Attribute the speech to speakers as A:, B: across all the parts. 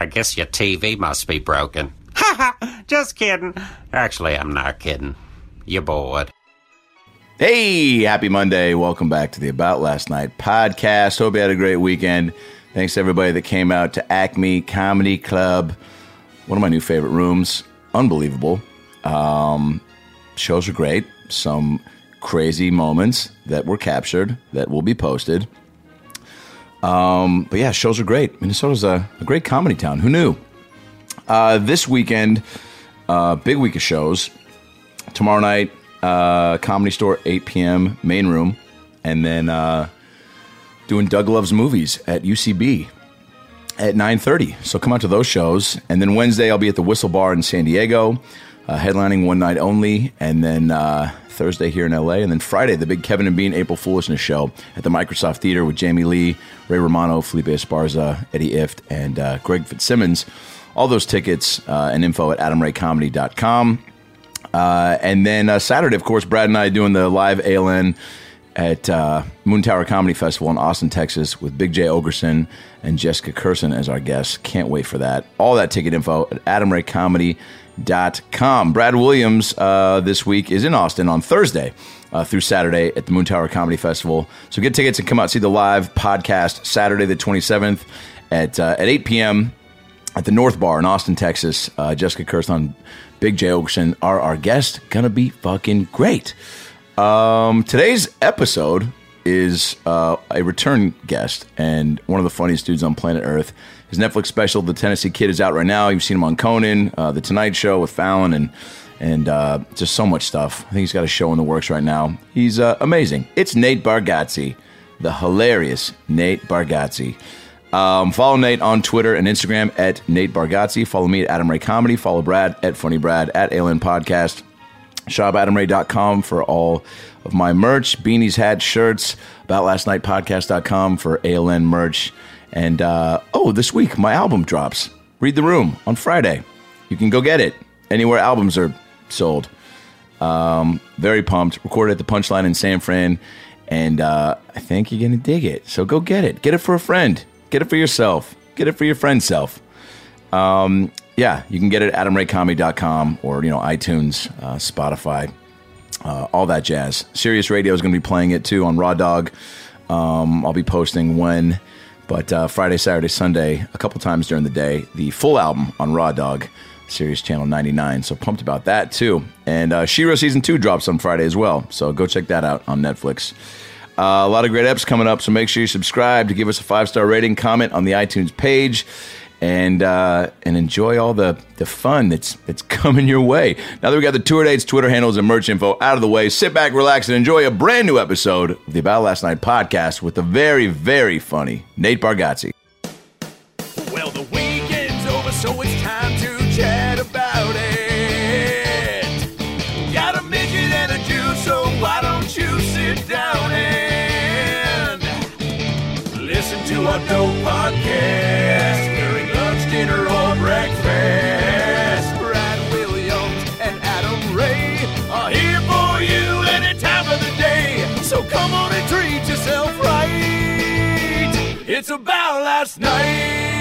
A: I guess your TV must be broken. Ha ha! Just kidding. Actually, I'm not kidding. You're bored.
B: Hey, happy Monday. Welcome back to the About Last Night podcast. Hope you had a great weekend. Thanks to everybody that came out to Acme Comedy Club, one of my new favorite rooms. Unbelievable. Um, shows were great. Some crazy moments that were captured that will be posted. Um, but yeah, shows are great. Minnesota's a, a great comedy town. Who knew? Uh, this weekend, uh, big week of shows. Tomorrow night, uh, Comedy Store, 8 p.m., main room. And then uh, doing Doug Loves Movies at UCB at 9.30. So come out to those shows. And then Wednesday, I'll be at the Whistle Bar in San Diego, uh, headlining one night only. And then uh, Thursday here in LA. And then Friday, the big Kevin and Bean April Foolishness show at the Microsoft Theater with Jamie Lee, Ray Romano, Felipe Esparza, Eddie Ift, and uh, Greg Fitzsimmons. All those tickets uh, and info at adamraycomedy.com. Uh, and then uh, Saturday, of course, Brad and I doing the live ALN at uh, Moon Tower Comedy Festival in Austin, Texas, with Big J Ogerson and Jessica Curson as our guests. Can't wait for that. All that ticket info at adamraycomedy.com. Brad Williams uh, this week is in Austin on Thursday uh, through Saturday at the Moon Tower Comedy Festival. So get tickets and come out see the live podcast Saturday the 27th at, uh, at 8 p.m at the North Bar in Austin, Texas. Uh, Jessica Kirsten, Big J Ogerson are our guests. Gonna be fucking great. Um, today's episode is uh, a return guest and one of the funniest dudes on planet Earth. His Netflix special, The Tennessee Kid, is out right now. You've seen him on Conan, uh, The Tonight Show with Fallon, and and uh, just so much stuff. I think he's got a show in the works right now. He's uh, amazing. It's Nate Bargatze, the hilarious Nate Bargatze. Um, follow Nate on Twitter and Instagram at Nate Bargatze. Follow me at Adam Ray Comedy. Follow Brad at Funny Brad at Alien Podcast. ShopAdamRay.com for all of my merch, beanies, hats, shirts, aboutlastnightpodcast.com for ALN merch. And uh, oh, this week my album drops. Read the Room on Friday. You can go get it anywhere albums are sold. Um, very pumped. Recorded at the Punchline in San Fran, and uh, I think you're gonna dig it. So go get it. Get it for a friend. Get it for yourself. Get it for your friend's self. Um, yeah, you can get it at adamraycomedy.com or you know iTunes, uh, Spotify, uh, all that jazz. Sirius Radio is going to be playing it too on Raw Dog. Um, I'll be posting when, but uh, Friday, Saturday, Sunday, a couple times during the day, the full album on Raw Dog, Sirius Channel 99. So pumped about that too. And uh, Shiro Season 2 drops on Friday as well. So go check that out on Netflix. Uh, a lot of great eps coming up, so make sure you subscribe to give us a five star rating, comment on the iTunes page, and uh, and enjoy all the the fun that's that's coming your way. Now that we got the tour dates, Twitter handles, and merch info out of the way, sit back, relax, and enjoy a brand new episode of the About Last Night podcast with the very very funny Nate Bargatze.
C: Well, the weekend's over, so it's time to chat about it. Got a midget and a Jew, so why don't you sit down and listen to our dope podcast during lunch, dinner, or breakfast? Brad Williams and Adam Ray are here for you any time of the day. So come on and treat yourself right. It's about last night.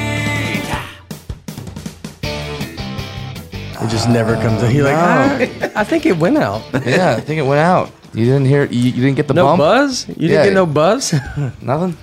D: It just never comes in. You're like,
E: no.
D: "Ah, I think it went out.
E: yeah, I think it went out. You didn't hear. You, you didn't get the
D: No
E: bump.
D: buzz? You didn't
E: Yeah.
D: get no buzz?
E: Nothing.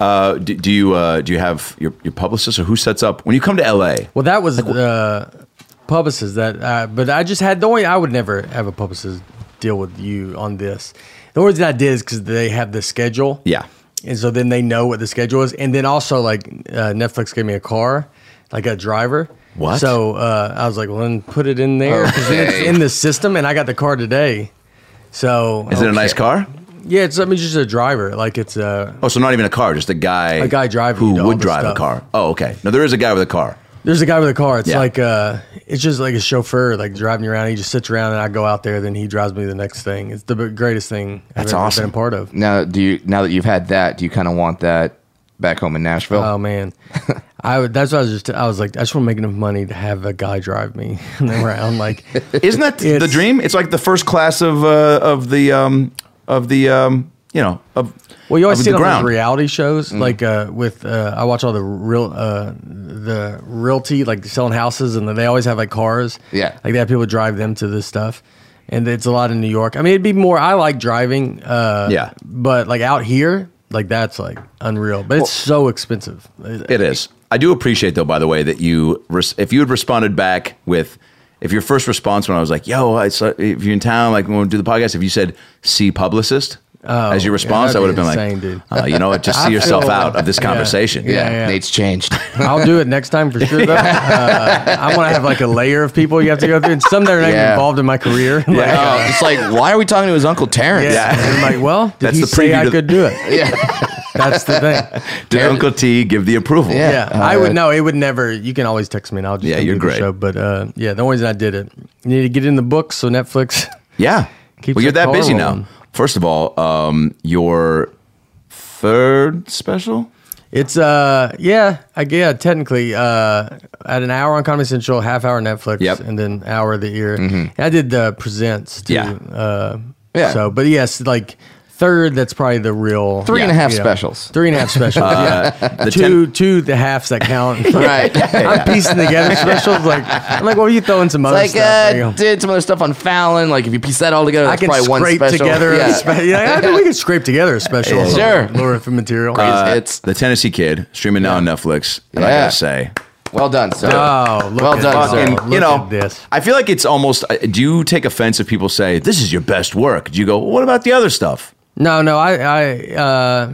B: Uh, do, do you uh, do you have your, your publicist or who sets up when you come to LA?
D: well, that was the publicist that, uh, but I just had the only, I would never have a publicist deal with you on this. The only reason I did is because they have the schedule.
B: Yeah.
D: And so then they know what the schedule is. And then also, like, uh, Netflix gave me a car, like a driver.
B: What?
D: So uh, I was like, well, then put it in there. 'cause then it's in the system, and I got the car today. So um,
B: Is it a nice car?
D: Yeah, it's, I mean, just a driver. Like, it's uh, a,
B: Oh, so not even a car, just a guy.
D: A guy driving you
B: who
D: to all
B: would
D: the
B: drive a
D: stuff.
B: car. Oh, okay. No, there is a guy with a car.
D: There's a guy with a car. It's
B: Yeah.
D: like uh, it's just like a chauffeur, like driving you around. He just sits around, and I go out there, then he drives me to the next thing. It's the b- greatest thing I've
B: That's
D: ever
B: awesome.
D: been a part of.
E: Now, do you now that you've had that, do you kind of want that back home in Nashville?
D: Oh man, I would- that's what I was just. I was like, I just want to make enough money to have a guy drive me around. Like,
B: Isn't that the
D: It's-
B: dream? It's like the first class of uh, of the um, of the um, you know of
D: well, you always
B: of
D: see it
B: the
D: on
B: ground. Mm-hmm.
D: those reality shows, like uh, with uh, I watch all the real uh, the realty, like selling houses, and they always have like cars.
E: Yeah.
D: like they have people drive them to this stuff, and it's a lot in New York. I mean, it'd be more. I like driving. Uh,
B: Yeah.
D: but like out here, like that's like unreal. But it's so expensive.
B: It is. I do appreciate though, by the way, that you res- if you had responded back with if your first response when I was like, "Yo, I saw, if you're in town, like when we do the podcast," if you said "see publicist" as your response,
D: Oh, that'd
B: I would have
D: be
B: been
D: insane,
B: like,
D: dude.
B: "Uh, "You know what? Just see yourself
D: feel-
B: out of this conversation."
E: yeah,
D: yeah, yeah.
E: Nate's changed.
D: I'll do it next time for sure. Though uh, I want to have like a layer of people you have to go through, and some that are not even
E: Yeah.
D: involved in my career. like,
E: Oh, it's like, why are we talking to his uncle Terrence?
D: yeah. And I'm like, well, did
B: That's
D: he
B: the
D: say
B: preview
D: I
B: to-
D: could do it?
E: Yeah.
D: That's the thing.
B: Did Uncle T give the approval?
E: Yeah.
D: Yeah, I would.
E: uh,
D: No, it would never. You can always text me, and I'll just.
B: Yeah,
D: come
B: you're
D: do the
B: great.
D: Show. But uh, yeah, the only reason I did it, you need to get it in the books. So Netflix.
B: Yeah.
D: Keeps
B: well, you're
D: that
B: that
D: car
B: busy
D: rolling.
B: now. First of all, um, your third special.
D: It's uh yeah I yeah technically uh at an hour on Comedy Central, half hour Netflix,
B: Yep.
D: and then hour of the ear. And I did the presents too.
B: Yeah.
D: Uh,
E: Mm-hmm. Yeah.
D: So, but yes, like third, that's probably the real
E: Three and a
B: Yeah.
E: half
D: you know,
E: specials.
D: three and a half specials. yeah,
B: the
D: two two the halves that count.
E: Right.
D: I'm piecing together specials like I'm like, well, you throwing some other
E: like,
D: stuff. There you
E: uh,
D: go.
E: did some other stuff on Fallon. Like, if you piece that all together,
D: I
E: that's
D: can
E: probably one
D: scrape
E: special.
D: together.
E: Yeah.
D: A spe- yeah, I think we can scrape together a special.
E: Yeah. Sure.
D: Laura for material.
B: Uh,
E: it's
B: the Tennessee Kid streaming now on Netflix, and I
E: Yeah.
B: gotta say,
E: well done, sir.
D: Oh, look
E: Well
D: at
E: done,
D: that.
E: sir.
D: Look
B: fucking, you know,
D: at this.
B: I feel like it's almost. uh, Do you take offense if people say this is your best work? Do you go, well, what about the other stuff?
D: No, no, I, I, uh,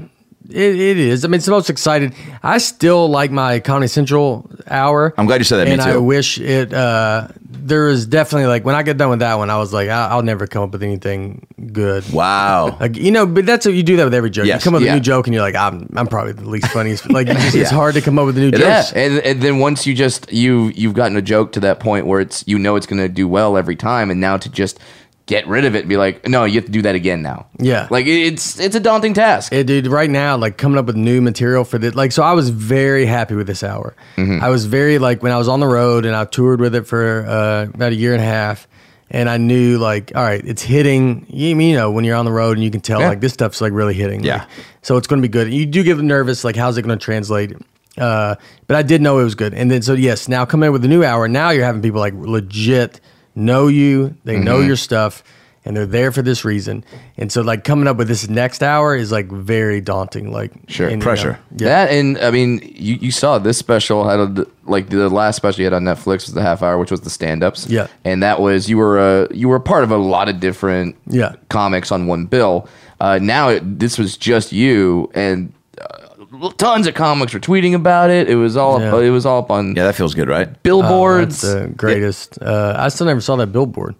D: it, it is. I mean, it's the most excited. I still like my Comedy Central hour.
B: I'm glad you said that, me
D: And I
B: too.
D: wish it. Uh, there is definitely like when I get done with that one, I was like, I, I'll never come up with anything good.
B: Wow.
D: Like, you know, but that's what you do that with every joke.
B: Yes,
D: you come up with
E: yeah.
D: a new joke, and you're like, I'm, I'm probably the least funniest. Like, you just, it's hard to come up with a new joke.
E: Yeah, and, and then once you just you you've gotten a joke to that point where it's you know it's going to do well every time, and now to just get rid of it, and be like, no, you have to do that again now.
D: Yeah.
E: like it- it's it's a daunting task.
D: It, dude, right now, like coming up with new material for the like. So I was very happy with this hour. I was very like when I was on the road and I toured with it for uh, about a year and a half, and I knew like, all right, it's hitting. You mean you know when you're on the road and you can tell
E: Yeah.
D: like this stuff's like really hitting.
B: Yeah.
D: Like, so it's going to be good. You do get nervous, like how's it going to translate? Uh, but I did know it was good. And then so yes, now come in with a new hour. Now you're having people like legit know you. They know your stuff, and they're there for this reason. And so like coming up with this next hour is like very daunting. Like
E: Sure.
D: and, you know,
B: Pressure.
E: That and I mean, you, you saw this special had a, like the last special you had on Netflix was the half hour, which was the stand ups.
D: Yeah.
E: and that was you were a you were a part of a lot of different
D: Yeah.
E: comics on one bill. Uh, now it, this was just you and uh, tons of comics were tweeting about it. It was all up,
D: Yeah.
E: it was all up on
B: Yeah, that feels good, right?
E: billboards.
D: That's the greatest. Uh, I still never saw that billboard.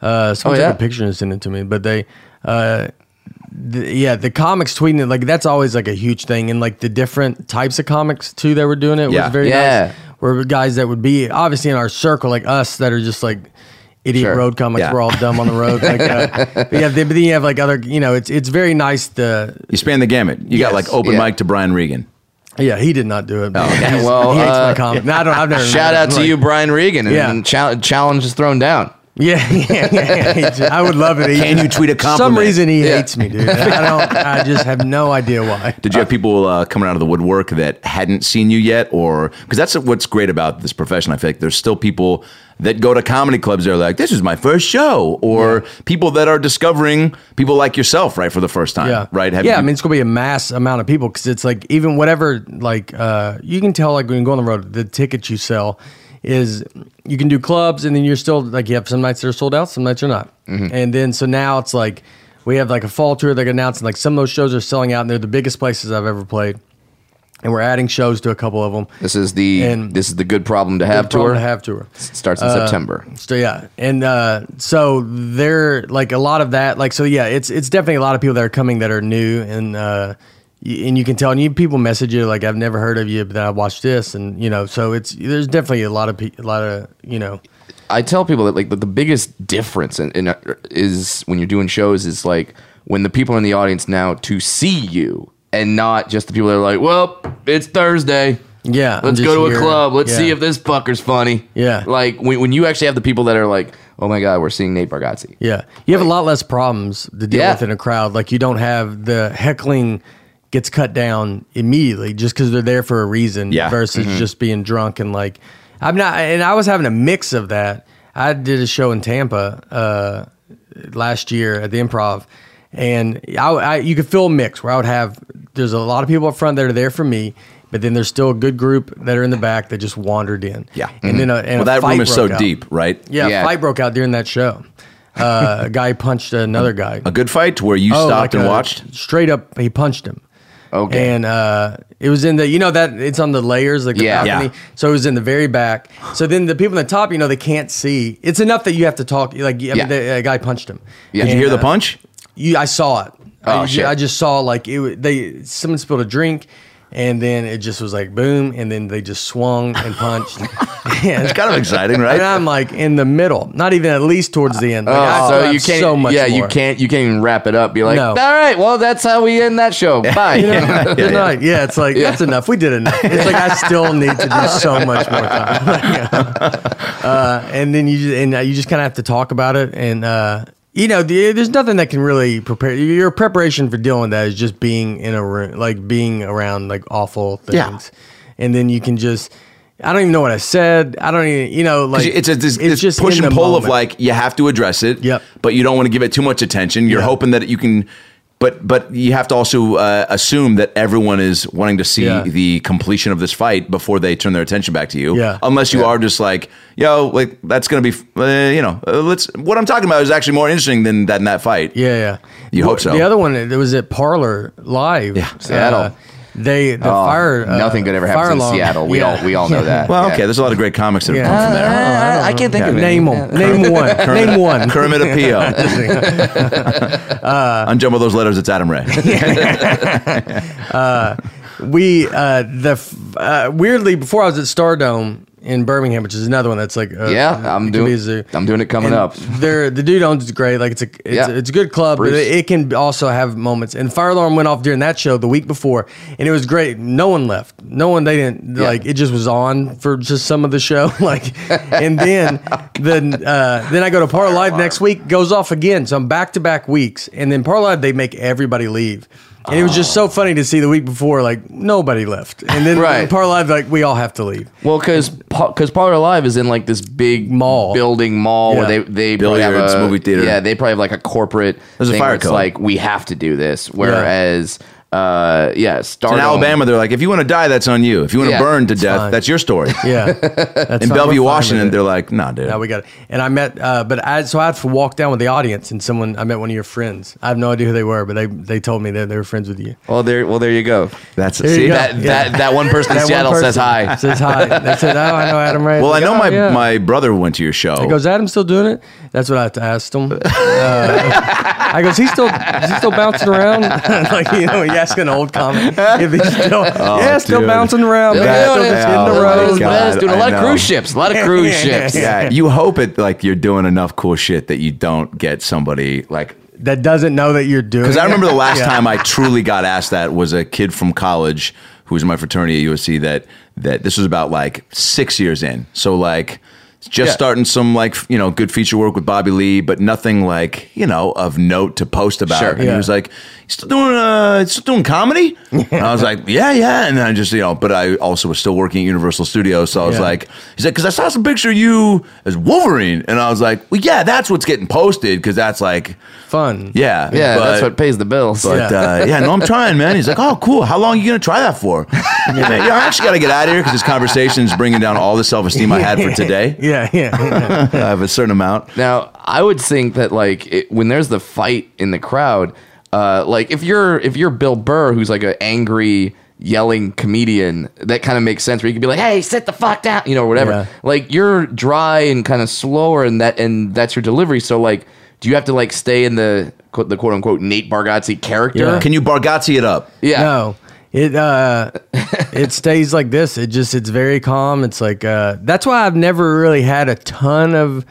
D: Uh, someone
E: Oh,
D: took
E: yeah?
D: a picture and sent it to me, but they, uh, the, yeah, the comics tweeting it like that's always like a huge thing, and like the different types of comics too that were doing it
B: Yeah.
D: was very
E: Yeah.
D: nice. Were guys that would be obviously in our circle, like us, that are just like idiot
E: Sure.
D: road comics.
B: Yeah.
D: We're all dumb on the road. Like, uh, but yeah, then, but then you have like other, you know, it's it's very nice. The
B: You span the gamut. You got
D: Yes.
B: like open
E: Yeah.
B: mic to Brian Regan.
D: yeah, he did not do it. but
E: okay.
D: he's-
E: Well,
D: he hates
E: uh,
D: my comic. No, I don't. I've never
E: Shout out to
D: like-
E: you, Brian Regan, and,
D: Yeah.
E: chal- challenge is thrown down.
D: Yeah, yeah, yeah. He just- I would love it. He
B: Can
D: just-
B: you tweet a
D: For Some
B: compliment?
D: reason he
E: Yeah.
D: hates me, dude. I don't. I just have no idea why.
B: Did you have people uh, coming out of the woodwork that hadn't seen you yet, or because that's what's great about this profession? I feel like there's still people that go to comedy clubs. They're like, "This is my first show," or people that are discovering people like yourself, right, for the first time,
D: Yeah.
B: right?
D: yeah. I
B: you-
D: mean, it's gonna be a mass amount of people because it's like even whatever like uh, you can tell like when you go on the road, the tickets you sell is you can do clubs and then you're still like you have some nights that are sold out, some nights are not,
B: Mm-hmm.
D: and then so now it's like we have like a fall tour they're announcing like some of those shows are selling out and they're the biggest places I've ever played, and we're adding shows to a couple of them.
E: This is the
D: And-
E: this is the good problem to have
D: Good problem
E: tour.
D: to have Uh, tour.
E: starts in September.
D: So yeah, and uh, so they're like a lot of that. Like so, yeah, it's it's definitely a lot of people that are coming that are new, and uh, y- and you can tell, and you people message you like, "I've never heard of you," but then I watched this, and you know, so it's there's definitely a lot of pe- a lot of you know,
E: I tell people that like the, the biggest difference in, in uh, is when you're doing shows is like when the people in the audience now to see you and not just the people that are like, well, it's Thursday.
D: yeah. I'm
E: Let's
D: just
E: go to
D: here.
E: a club. Let's
D: Yeah.
E: see if this fucker's funny.
D: Yeah.
E: Like when, when you actually have the people that are like, oh my God, we're seeing Nate Bargatze.
D: Yeah. You have a lot less problems to deal
E: Yeah.
D: with in a crowd. Like you don't have the heckling gets cut down immediately just because they're there for a reason
B: Yeah. Mm-hmm.
D: versus just being drunk and like I'm not and I was having a mix of that. I did a show in Tampa uh last year at the improv and I, I you could feel a mix where I would have there's a lot of people up front that are there for me but then there's still a good group that are in the back that just wandered in
B: Yeah. Mm-hmm.
D: and then a, and
B: well,
D: a
B: that
D: fight
B: room is so
D: broke out.
B: deep, right?
D: Yeah,
E: Yeah.
D: a fight broke out during that show. Uh, a guy punched another guy.
B: A good fight where you
D: Oh,
B: stopped
D: like
B: and
D: a-
B: watched.
D: Straight up, he punched him.
E: Okay.
D: And uh, it was in the, you know, that it's on the layers, like the
E: Yeah.
D: balcony.
B: Yeah.
D: So it was in the very back. So then the people on the top, you know, they can't see. It's enough that you have to talk. Like, I mean,
E: Yeah.
D: the, a guy punched him.
E: Yeah.
B: Did you
E: And,
B: hear the
D: uh,
B: punch?
D: You, I saw it.
E: Oh,
D: I, ju-
E: shit.
D: I just saw like it. wa- They someone spilled a drink, and then it just was like boom, and then they just swung and punched. and,
B: Kind of exciting, right? Oh,
D: and I'm like in the middle, not even at least towards the end. Like, I still
E: Oh, so
D: have
E: you can't.
D: So much
E: yeah, you
D: more.
E: can't. You can't even wrap it up. Be like,
D: No.
E: all right, well, that's how we end that show. Bye.
D: You know, it's
B: yeah.
D: not- yeah, it's like that's enough. We did enough. It's like I still need to do so much more time. uh, and then you just, and uh, you just kind of have to talk about it, and uh, you know, the, there's nothing that can really prepare your preparation for dealing with that is just being in a room, like being around like awful things,
B: Yeah.
D: and then you can just. I don't even know what I said. I don't even, you know, like
B: it's a this, this push
D: in
B: and
D: the
B: pull of
D: moment.
B: like you have to address it,
D: Yep.
B: but you don't want to give it too much attention. You're
D: Yeah.
B: hoping that you can, but but you have to also uh, assume that everyone is wanting to see
D: Yeah.
B: the completion of this fight before they turn their attention back to you.
D: Yeah.
B: unless you are just like yo, like that's gonna be, uh, you know, uh, let's. What I'm talking about is actually more interesting than that in that fight.
D: Yeah, yeah.
B: You
D: Well,
B: hope so.
D: The other one that was at Parlor Live. Yeah,
E: Seattle.
D: they the
E: Oh,
D: fire. uh,
E: nothing good ever
D: fire
E: happens in
D: alarm.
E: Seattle. We
D: Yeah.
E: all we all know that.
B: Well,
E: Yeah.
B: okay, there's a lot of great comics that have
D: Yeah. Oh,
B: come from there.
E: Uh, I can't think of it.
D: Name them. Name one. Name one.
B: Kermit Apio. Unjumble those letters. It's Adam Ray.
D: we uh, the f- uh, weirdly before I was at Stardome in Birmingham, which is another one that's like uh,
E: Yeah, I'm
D: it could
E: doing-
D: be a zoo.
E: I'm doing it coming
D: And
E: up.
D: There, the dude owns is great. Like it's a it's,
E: Yeah.
D: it's a good club, but
E: Bruce.
D: it, it can also have moments. And fire alarm went off during that show the week before, and it was great. No one left. No one. They didn't like it. Just was on for just some of the show. like, and then the uh, then I go to Par Live next week. Goes off again. So I'm back to back weeks, and then Par Live they make everybody leave. And it was just so funny to see the week before, like nobody left, and then
E: Right.
D: Par Live, like we all have to leave.
E: Well, because because Parlor Live is in like this big
D: Mall.
E: building mall where
D: Yeah.
E: they they probably
B: Billiards,
E: have a,
B: movie theater.
E: Yeah, they probably have like a corporate.
B: There's a
E: thing
B: fire
E: where it's
B: code.
E: Like we have to do this. Whereas, uh, yeah, Star
B: In Alabama, they're like, if you want to die, that's on you. If you want to
E: Yeah.
B: burn to death,
D: fine.
B: that's your story.
D: Yeah, That's
B: In
D: fine.
B: Bellevue,
D: We're fine with
B: Washington,
D: it.
B: they're like, nah, dude.
D: Now we got it. And I met, uh, but I so I had to walk down with the audience, and someone I met one of your friends. I have no idea who they were, but they they told me that they were friends with you.
E: Well, there. Well, there you go.
B: that's
D: you
B: see
D: go.
B: that.
E: That that that one person in
D: That one
E: Seattle says
D: person
E: hi.
D: Says hi. They said, "Oh, I know Adam Ray."
B: Well, I
D: Like,
B: know
D: "Oh,
B: my
D: yeah."
B: my brother went to your show.
D: He goes, Adam still doing it? That's what I asked him. Uh, I goes, he's still he's still bouncing around. like you know, you ask an old comic if he's still yeah, still
B: Oh, dude.
D: bouncing around. man.
B: That-
D: still just hitting the
B: oh,
D: road.
B: my God.
E: Doing a lot
B: I
E: of
B: know.
E: cruise ships. A lot of cruise ships.
B: yeah, you hope it like you're doing enough cool shit that you don't get somebody like.
D: That doesn't know that you're doing.
B: Because I remember the last
D: Yeah.
B: time I truly got asked that was a kid from college who was in my fraternity at USC. That that this was about like six years in. So like. Just
E: Yeah.
B: starting some like f- you know good feature work with Bobby Lee, but nothing like you know of note to post about.
E: Sure.
B: and he
D: Yeah.
B: was like, "You still doing uh, still doing comedy?" and I was like, "Yeah, yeah." And then I just you know, but I also was still working at Universal Studios, so I was
D: Yeah.
B: like, "He's like, because I saw some picture of you as Wolverine," and I was like, "Well, yeah, that's what's getting posted because that's like,
D: fun.
B: yeah,
E: Yeah, that's
B: but-
E: what pays the bills.
B: but yeah. Uh, yeah, no, I'm trying, man. He's like, oh, cool. How long are you gonna try that for? Yeah, man, yeah, I actually gotta get out of here because this conversation is bringing down all the self esteem I had for today.
D: Yeah, yeah, yeah.
B: I have a certain amount.
E: Now, I would think that like it, when there's the fight in the crowd, uh, like if you're if you're Bill Burr, who's like an angry yelling comedian, that kind of makes sense. Where you could be like, "Hey, sit the fuck down," you know, or whatever.
D: Yeah.
E: Like you're dry and kind of slower, and that and that's your delivery. So like, do you have to like stay in the quote, the quote unquote Nate Bargatze character.
D: Yeah.
B: Can you Bargatze it up?
E: Yeah.
D: No. It uh it stays like this. It just it's very calm. It's like uh that's why I've never really had a ton of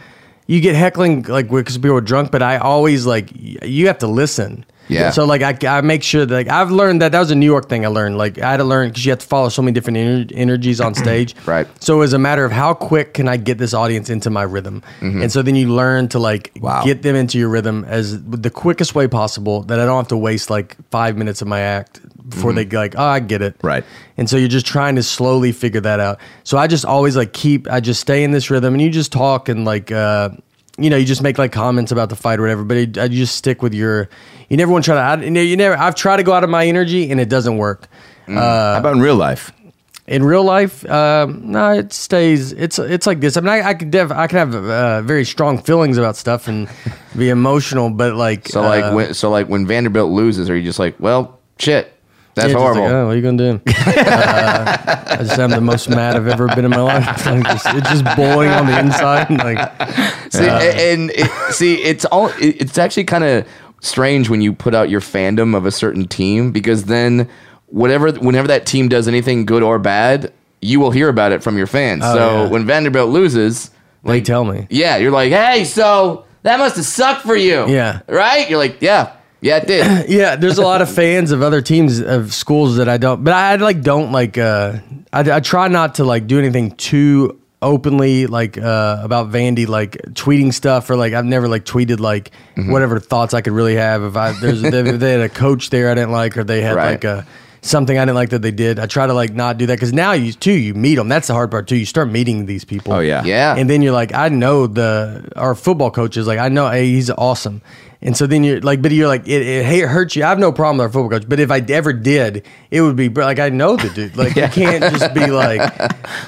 D: you get heckling like because people are drunk, but I always like y- you have to listen.
E: Yeah.
D: So like I, I make sure that like I've learned that that was a New York thing I learned. Like I had to learn because you have to follow so many different ener- energies on stage.
E: Right.
D: So it was a matter of how quick can I get this audience into my rhythm, and so then you learn to like
B: Mm-hmm. Wow.
D: get them into your rhythm as the quickest way possible that I don't have to waste like five minutes of my act before they go like, oh, I get it.
B: Mm-hmm. Right.
D: And so you're just trying to slowly figure that out. So I just always like keep, I just stay in this rhythm and you just talk and like, uh, you know, you just make like comments about the fight or whatever, but it, I you just stick with your, you never want to try to, I, you know, you never, I've tried to go out of my energy and it doesn't work.
B: How about in real life?
D: In real life, um, no, it stays. It's it's like this. I mean, I, I could def, I can have uh, very strong feelings about stuff and be emotional, but like
E: So like
D: uh,
E: when so like when Vanderbilt loses, are you just like, well, shit, that's
D: Yeah, just
E: horrible.
D: Like, oh, what are you gonna do? uh, I just am the most mad I've ever been in my life. Like, just, it's just boiling on the inside. and, like
E: See, a- and it, see, it's all. it- It's actually kind of strange when you put out your fandom of a certain team because then whatever, whenever that team does anything good or bad, you will hear about it from your fans. so
D: Oh, yeah.
E: when Vanderbilt loses,
D: they tell me.
E: yeah, you're like, hey, so that must have sucked for you.
D: Yeah.
E: right. You're like, yeah, yeah, it did.
D: Yeah, there's a lot of fans of other teams of schools that I don't, but I like don't like. Uh, I, I try not to like do anything too openly like uh, about Vandy, like tweeting stuff or like I've never like tweeted like
B: Mm-hmm.
D: whatever thoughts I could really have if I there's if they, had a coach there I didn't like or they had
E: Right.
D: like a. Something I didn't like that they did. I try to like not do that because now you too you meet them. That's the hard part too. You start meeting these people.
B: Oh, yeah.
E: yeah,
D: And then you're like, I know the our football coach is like, I know hey, he's awesome. And so then you're like, but you're like, it, it ha- hurts you. I have no problem with our football coach, but if I ever did, it would be bro, like I know the dude. Like you can't just be like,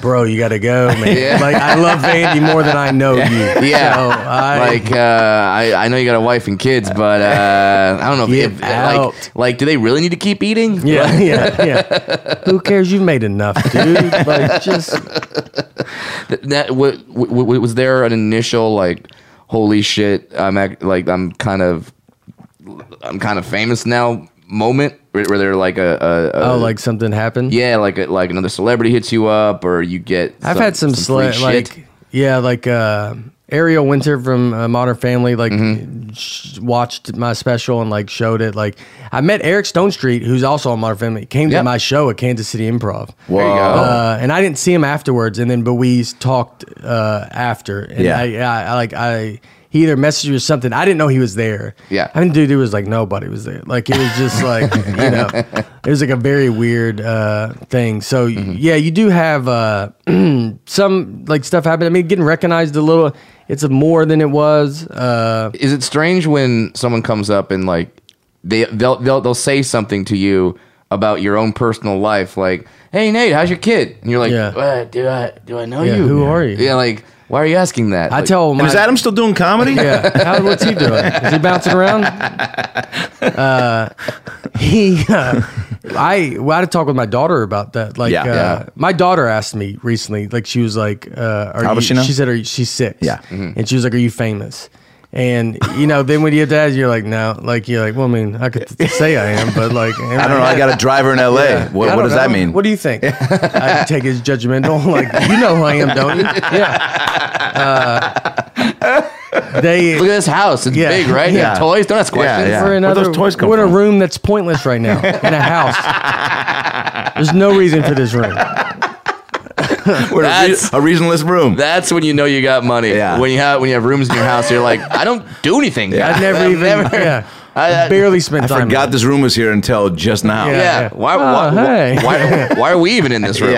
D: bro, you got to go, man.
E: Yeah.
D: Like I love Vandy more than I know you.
E: Yeah.
D: so I,
E: like uh, I, I know you got a wife and kids, but uh, I don't know
D: Get
E: if, if like,
D: out.
E: like do they really need to keep eating?
D: yeah, yeah, yeah. Who cares? You've made enough, dude. Like just
E: Th- That wa- wa- wa- was there an initial like, holy shit, I'm act, like I'm kind of, I'm kind of famous now moment where, where they're like a, a, a
D: oh, like something happened.
E: yeah like a, like another celebrity hits you up or you get
D: I've had some,
E: free
D: slight like yeah, like uh, Ariel Winter from uh, Modern Family like
E: Mm-hmm.
D: sh- watched my special and like showed it. Like I met Eric Stone Street, who's also on Modern Family, came
E: Yep.
D: to my show at Kansas City Improv.
E: There you go.
B: Oh,
D: Uh, and I didn't see him afterwards, and then but we talked uh, after, and
B: Yeah.
D: I, I, I like I he either messaged me or something. I didn't know he was there.
E: Yeah.
D: I mean, dude, it was like nobody was there. Like it was just like you know, it was like a very weird uh, thing. So y-
E: Mm-hmm.
D: yeah, you do have uh, some like stuff happen. I mean, getting recognized a little, it's a more than it was. Uh,
E: is it strange when someone comes up and like they they'll they'll, they'll say something to you about your own personal life like hey nate how's your kid and you're like
D: Yeah.
E: "Uh, do i do i know
D: Yeah,
E: you
D: who are you?
E: yeah like why are you asking that
D: I
E: Like,
D: tell my
B: And is Adam still doing comedy?
D: Yeah. How, what's he doing? Is he bouncing around? Uh, he, uh, I, well, I had to talk with my daughter about that. Like,
B: Yeah.
D: uh,
B: Yeah.
D: my daughter asked me recently, like, she was like, uh, are
B: How old
D: you,
B: is she now?
D: said, are you, she's six.
B: Yeah.
D: And she was like, are you famous? And you know, then when you have dads, you're like, no, like you're like, well, I mean, I could say I am, but like,
B: I don't know. I got a driver in LA.
D: I
B: What, what
D: don't
B: does that
D: know.
B: mean?
D: What do you think? I take his judgmental. Like you know who I am, don't you? Yeah. Uh, they
E: look at this house it's
D: Yeah.
E: big right yeah.
B: Yeah.
E: toys don't ask questions
B: yeah.
D: for
B: Where
D: another
B: those toys come
D: what
B: from?
D: a room that's pointless right now in a house. There's no reason for this room.
B: We're in a, re-
E: That's-
B: a reasonless room.
E: That's when you know you got money.
B: Yeah.
E: When you have when you have rooms in your house, you're like, I don't do anything.
B: Yeah.
D: I
E: guys.
D: never
E: I've
D: even yeah.
E: I- I-
D: barely spent
B: I
D: time. in
B: forgot
D: it.
B: this room was here until just now.
D: Yeah.
E: yeah. Why,
D: Oh,
E: why,
D: hey.
E: why, why are we even in this room?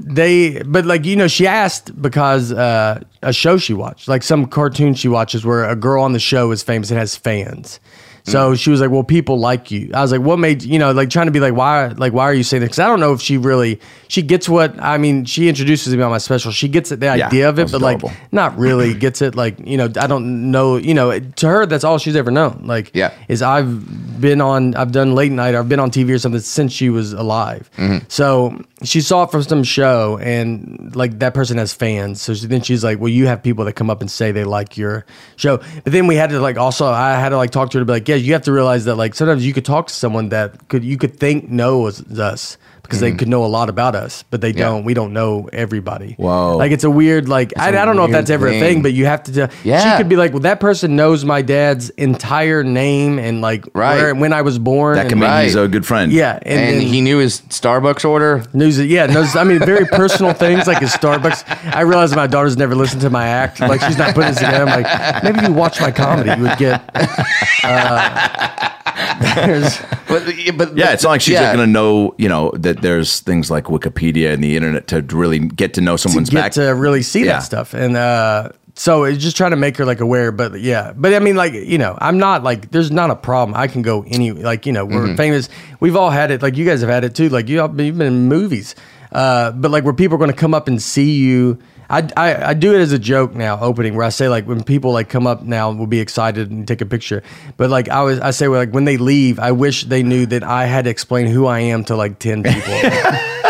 D: They but like you know she asked because uh, a show she watched, like some cartoon she watches where a girl on the show is famous and has fans.
B: Mm.
D: So she was like, "Well, people like you." I was like, "What made you know?" Like trying to be like, "Why? Like why are you saying that?" Because I don't know if she really she gets what I mean. She introduces me on my special. She gets it, the
B: Yeah,
D: idea of it,
B: that's
D: but
B: adorable.
D: like not really gets it. Like you know, I don't know. You know, to her, that's all she's ever known. Like
E: Yeah.
D: is I've been on, I've done late night, I've been on TV or something since she was alive. So she saw it from some show and like that person has fans so she, then she's like well you have people that come up and say they like your show but then we had to like also i had to like talk to her to be like yeah you have to realize that like sometimes you could talk to someone that could you could think knows us because they could know a lot about us but they don't we don't know everybody
B: Whoa.
D: like it's a weird like I, I
E: a
D: don't know if
E: weird
D: that's ever a
E: thing.
D: thing but you have to tell-
E: Yeah.
D: she could be like well that person knows my dad's entire name and like
E: Right.
D: where and when i was born
B: That
D: and,
B: can make
E: Right.
B: he's a good friend.
D: yeah
E: and
D: then-
E: he knew his Starbucks order.
D: News, yeah, knows, I mean, very personal things like his Starbucks. I realize my daughter's never listened to my act. Like she's not putting this together. I'm like, maybe if you watch my comedy, you would get. Uh, there's,
E: But but
B: Yeah, it's not like she's
E: yeah.
B: like going to know, you know, that there's things like Wikipedia and the internet to really get to know someone's
D: get
B: back.
D: to really see
B: Yeah.
D: that stuff. And uh, so it's just trying to make her like aware. But yeah, but I mean, like you know, I'm not like there's not a problem. I can go any like you know we're
B: Mm-hmm.
D: famous. We've all had it. Like you guys have had it too. Like you all you've been in movies, uh, but like where people are going to come up and see you. I, I, I do it as a joke now opening where I say like when people like come up now and will be excited and take a picture but like I was I say well, like when they leave I wish they knew that I had to explain who I am to like 10 people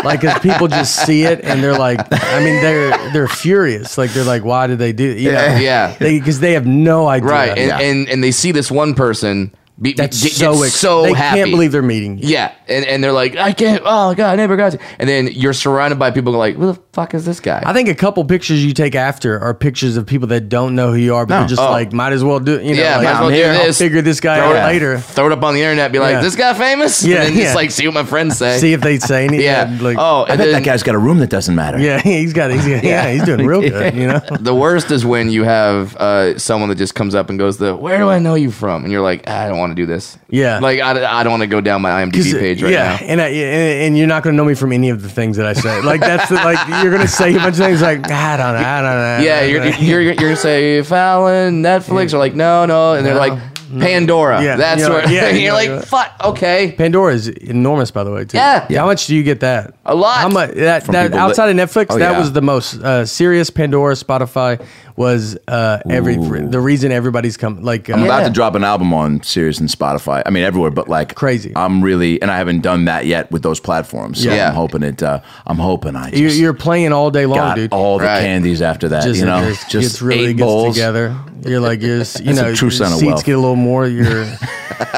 D: like because people just see it and they're like i mean they're they're furious like they're like why did they do you know
E: Yeah.
D: because they, have no idea
E: right, and, and and they see this one person. Be, be-
D: that's
E: get- get
D: so ex-
E: so
D: they
E: happy.
D: can't believe they're meeting you
E: Yeah, and, and they're like, I can't. Oh god, I never got. To. And then you're surrounded by people who are like, who the fuck is this guy?
D: I think a couple pictures you take after are pictures of people that don't know who you are, but they're just like, might as well do it. You know,
E: Oh. Yeah,
D: like,
E: might as
D: I'm
E: well do
D: here, I'll
E: this.
D: figure this guy out
B: it-
D: later.
E: Throw it up on the internet. Be like,
D: Yeah.
E: this guy famous.
D: Yeah,
E: and then
D: yeah.
E: just like see what my friends say.
D: See if they say anything.
E: yeah.
D: Like,
E: oh,
B: I bet
E: and then
B: that guy's got a room that doesn't matter.
D: yeah, he's got, he's, yeah, he's doing real good, you know?
E: the worst is when you have uh, someone that just comes up and goes, "The where do I know you from?" And you're like, I don't want to do this.
D: Yeah.
E: Like I, I don't want to go down my
D: 'Cause,
E: IMDb page right
D: yeah,
E: now.
D: and, I, and and you're not going to know me from any of the things that I say. Like that's the, like you're going to say a bunch of things like I don't know, I don't know. I
E: Yeah,
D: don't
E: you're
D: know."
E: you're you're gonna say Fallon, Netflix, or like no, no, and they're
D: No. Mm.
E: like Pandora.
D: Yeah,
E: that's
D: yeah,
E: where
D: yeah,
E: you're
D: yeah,
E: like
D: yeah.
E: fuck. Okay,
D: Pandora is enormous, by the way. Too.
E: Yeah. Yeah.
D: How much do you get that?
E: A lot.
D: How much that,
B: From
D: that
B: people that-
D: outside of Netflix?
B: Oh,
D: that
B: yeah.
D: was the most uh, serious. Pandora, Spotify was uh, every the reason everybody's come like uh,
B: I'm about
E: Yeah.
B: to drop an album on Sirius and Spotify. I mean, everywhere, but like
D: Crazy.
B: I'm really, and I haven't done that yet with those platforms. So
E: Yeah.
B: I'm hoping it. Uh, I'm hoping I just
D: you're, you're playing all day long,
B: got
D: dude.
B: all the
E: Right.
B: candies after that.
D: just,
B: you know,
D: it's,
B: just
D: gets really
B: eight
D: gets
B: bowls.
D: together. You're like you're s- you
B: That's a
D: know
B: true
D: your
B: sign of
D: seats
B: wealth.
D: get a little more. Your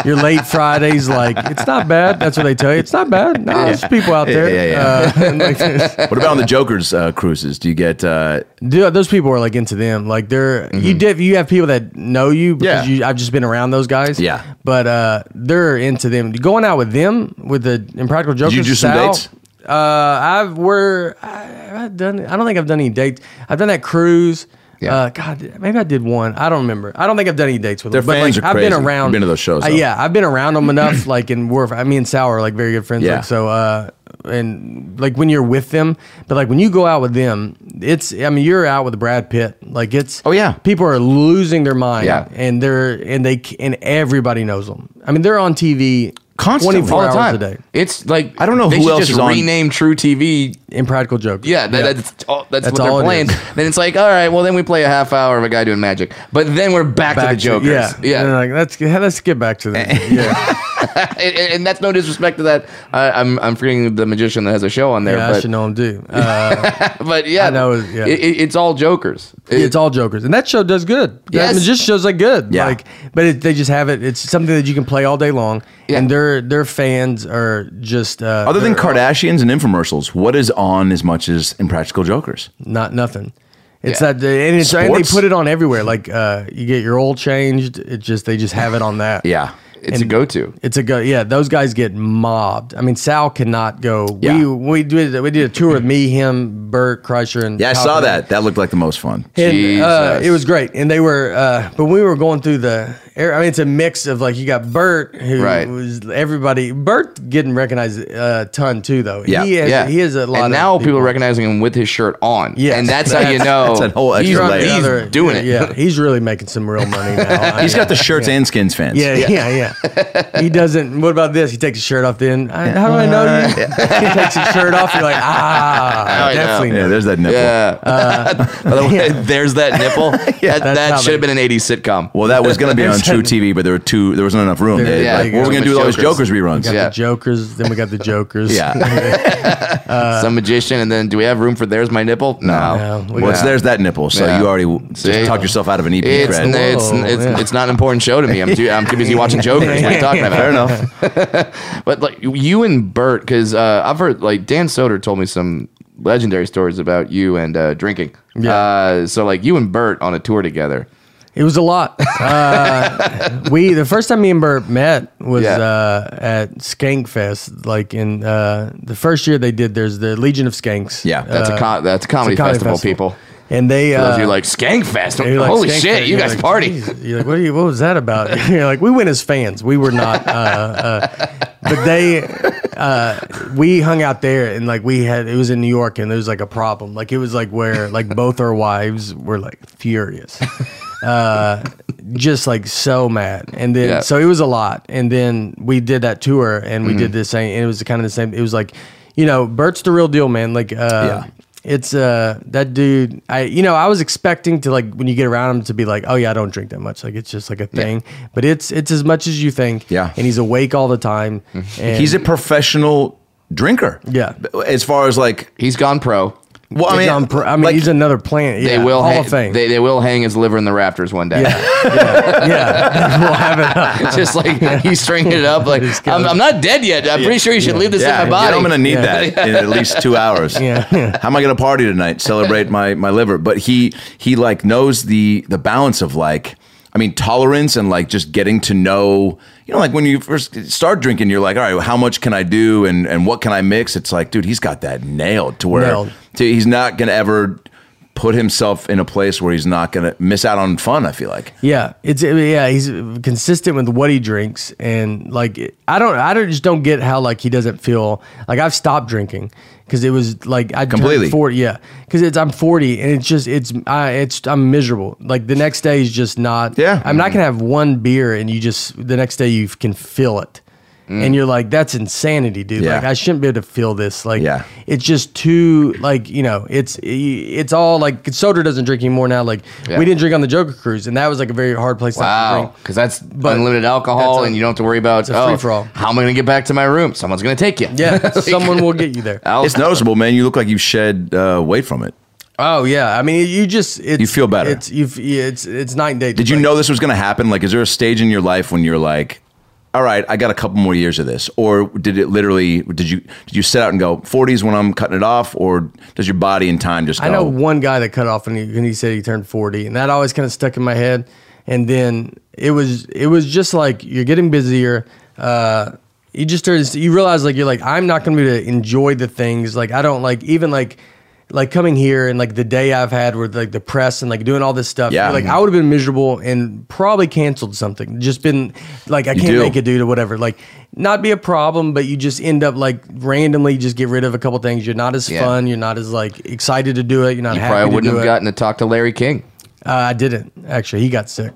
D: your late Fridays like it's not bad. That's what they tell you. It's not bad. No, there's people out there.
B: Yeah, yeah,
D: Uh, and, like, there's-
B: What about on the Joker's uh, cruises? Do you get? Uh,
D: Dude, those people are like into them. Like they're you did you have people that know you because
B: Mm-hmm. Yeah.
D: you, I've just been around those guys.
B: Yeah.
D: but uh, they're into them. Going out with them with the Impractical Jokers.
B: you do some
D: Sal,
B: dates?
D: Uh, I've were I, have done. I don't think I've done any dates. I've done that cruise.
E: Yeah.
D: Uh, God, maybe I did one. I don't remember. I don't think I've done any dates with
B: Their
D: them. but,
B: fans
D: like,
B: are
D: I've
B: crazy.
D: been around.
B: You've been to those shows,
D: Uh,
B: though.
D: yeah, I've been around them enough. Like, and we're I, me and Sal are like very good friends.
B: Yeah.
D: Like, so uh, and like when you're with them, but like when you go out with them, it's I mean you're out with Brad Pitt. Like it's
B: Oh, yeah.
D: people are losing their mind.
E: Yeah.
D: and they're and they c- and everybody knows them. I mean they're on TV
B: Constantly.
D: twenty four
B: All
D: hours
B: the
D: a day.
E: It's like
B: I don't know
E: they
B: who
E: should
B: else
E: just
B: is on-
E: rename True TV.
D: Impractical joke.
E: Yeah, that, That's, all, that's
D: That's
E: what
D: all
E: they're
D: it
E: playing.
D: is.
E: Then it's like, all right, well, then we play a half hour of a guy doing magic, but then we're back, to the jokers.
D: yeah,
E: yeah.
D: And they're like let's get- let's get back to that. Yeah,
E: and, and- and that's no disrespect to that. I, I'm I'm forgetting the magician that has a show on there,
D: yeah, I
E: but
D: should know them too. Uh,
E: but yeah,
D: I know, yeah.
E: it, it- it's all jokers. It-
D: it's all jokers, and that show does good.
E: Yes.
D: That magician shows like good.
B: Yeah.
D: Like, but it, they just have it. It's something that you can play all day long,
E: Yeah.
D: and their their fans are just uh,
B: other than
D: they're
B: Kardashians and infomercials, what is on as much as Impractical Jokers?
D: not nothing. It's
E: Yeah.
D: that, and it's and they
B: Sports?
D: put it on everywhere. Like, uh, you get your oil changed. It just they just have it on that.
B: Yeah.
E: it's a go-to.
D: It's a go. Yeah, those guys get mobbed. I mean, Sal cannot go.
B: Yeah.
D: We we did we did a tour with me, him, Bert, Kreischer, and
B: Yeah, I
D: Kyle
B: saw
D: Kinane.
B: that. That looked like the most fun.
D: And, uh,
E: Jesus.
D: it was great, and they were. Uh, but we were going through the. air- I mean, it's a mix of like you got Bert, who
E: Right.
D: was everybody. Bert getting recognized a ton too, though.
B: Yeah,
D: he has,
E: yeah,
D: he has a lot.
E: And
D: of
E: now people are recognizing him with his shirt on.
D: Yes.
E: and that's how you know
B: that's a whole
E: he's,
B: extra
D: on
B: layer.
E: he's
D: another-
E: doing it.
D: Yeah, he's really making some real money now.
B: He's got the shirts and skins fans.
D: Yeah, yeah, yeah. he doesn't. What about this? He takes his shirt off. Then I, how do I know you? he takes his shirt off. You're like, ah,
E: Oh, right
D: definitely
E: now.
B: Yeah, there's that nipple.
E: Yeah. By the way, there's that nipple. that
D: uh, that's
E: that
D: how
E: should have
D: they-
E: been an 80s sitcom.
B: Well, that was going to be on True TV, but there were two. There wasn't enough room. They-
E: Yeah,
B: like,
E: you
B: what are
E: got
B: we going to
E: the
B: do with all these
E: Jokers.
B: Joker's reruns?
D: got
E: Yeah.
D: the Jokers, then we got the Jokers.
B: Yeah.
D: Uh,
E: Some magician, and then do we have room for there's my nipple? No.
D: Yeah, we
B: well, it's
D: got-
B: there's that nipple. So
E: Yeah.
B: you already
E: See?
B: just talked yourself out of an EP
E: It's,
B: cred.
E: n- it's,
D: Whoa,
E: it's,
D: yeah.
E: it's not an important show to me. I'm too, I'm too busy watching Jokers. What are you talking about?
B: Fair enough.
E: But like you and Bert, because uh, I've heard like Dan Soder told me some legendary stories about you and uh, drinking.
D: Yeah.
E: Uh, so like you and Bert on a tour together.
D: It was a lot. Uh, we the first time me and Bert met was
E: Yeah.
D: uh, at Skankfest, like in uh, the first year they did. There's the Legion of Skanks.
B: Yeah,
E: That's a
D: Uh,
E: co- that's a
D: it's
E: comedy,
D: a comedy
E: festival,
D: festival.
E: people.
D: and they
E: For those
D: uh,
E: of you like Skankfest.
D: and you're like,
E: Holy
D: Skankfest,
E: shit, you
D: you're
E: guys
D: like,
E: party.
D: "Jeez." You're like, what, are you, what was that about? you're like, we went as fans. We were not. Uh, uh, but they, uh, we hung out there and like we had, it was in New York and there was like a problem. Like it was like where like both our wives were like furious. Uh, just like so mad, and then
E: Yeah.
D: so it was a lot, and then we did that tour, and we
B: Mm-hmm.
D: did this thing, and it was kind of the same. It was like, you know, Bert's the real deal, man. Like, uh,
B: Yeah.
D: it's uh that dude i you know i was expecting to like when you get around him to be like oh yeah i don't drink that much like it's just like a thing but it's it's as much as you think
B: Yeah. Mm-hmm.
D: and he's awake all the time and
B: He's a professional drinker.
D: Yeah.
B: As far as like,
E: He's gone pro.
B: well, I
D: I
B: mean,
D: mean, on, pr- I mean
B: like,
D: he's another plant
E: They
D: yeah,
E: will
D: hall
E: hang,
D: of fame
E: They, they will hang his liver in the rafters one day.
D: yeah yeah, yeah. we'll have it up
E: Just like he's stringing it up. Like
D: Just
E: I'm,
D: goes-
E: I'm not dead yet. I'm pretty sure you should leave this
B: yeah,
E: in my body.
B: I'm going to need
D: Yeah.
B: that in at least two hours.
D: Yeah, yeah.
B: How am I going to party tonight? Celebrate my my liver. But he he like knows the the balance of like. I mean, tolerance and like just getting to know, you know, like when you first start drinking, you're like, all right, well, how much can I do and, and what can I mix? It's like, dude, he's got that nailed to where
D: Nailed.
B: to- he's not going to ever put himself in a place where he's not going to miss out on fun, I feel like.
D: Yeah, it's yeah. He's consistent with what he drinks, and like I don't, I don't just don't get how like he doesn't feel like I've stopped drinking because it was like I turned
B: Completely.
D: forty. Yeah, because it's I'm forty and it's just it's I it's I'm miserable. Like the next day is just not.
B: Yeah.
D: I'm not gonna have one beer and you just the next day you can feel it. And you're like, that's insanity, dude.
B: Mm. Yeah.
D: Like, I shouldn't be able to feel this. Like,
B: Yeah.
D: it's just too like you know it's it's all like Soder doesn't drink anymore now. Like
E: Yeah.
D: we didn't drink on the Joker cruise, and that was like a very hard place not to
E: Wow,
D: drink.
E: because that's
D: But
E: unlimited alcohol,
D: that's a-
E: and you don't have to worry about
D: a
E: oh,
D: free-for-all."
E: how am I going to get back to my room? Someone's going to take you.
D: Yeah,
E: Like,
D: someone will get you there.
E: I'll-
B: It's noticeable, man. You look like you've shed uh, weight from it.
D: Oh yeah, I mean you just it's,
B: You feel better.
D: It's you yeah, it's it's night and day.
B: Did you
D: Like,
B: know this was going to happen? Like, is there a stage in your life when you're like, all right, I got a couple more years of this, or did it literally? Did you did you set out and go 40s when I'm cutting it off, or does your body and time just go?
D: I know one guy that cut off when he, when he said he turned 40, and that always kind of stuck in my head. And then it was it was just like you're getting busier. Uh, you just start, you realize like you're like I'm not going to be able to enjoy the things. Like I don't like even like like coming here and like the day I've had with like the press and like doing all this stuff.
B: Yeah.
D: like I would have been miserable and probably canceled something. Just been like I can't
B: do.
D: make it, dude, or whatever. Like not be a problem, but you just end up like randomly just get rid of a couple things. You're not as
E: Yeah.
D: fun. You're not as like excited to do it. You're not
E: you
D: happy
E: probably
D: to
E: wouldn't
D: do
E: have
D: it.
E: gotten to talk to Larry King.
D: Uh, I didn't actually. He got sick.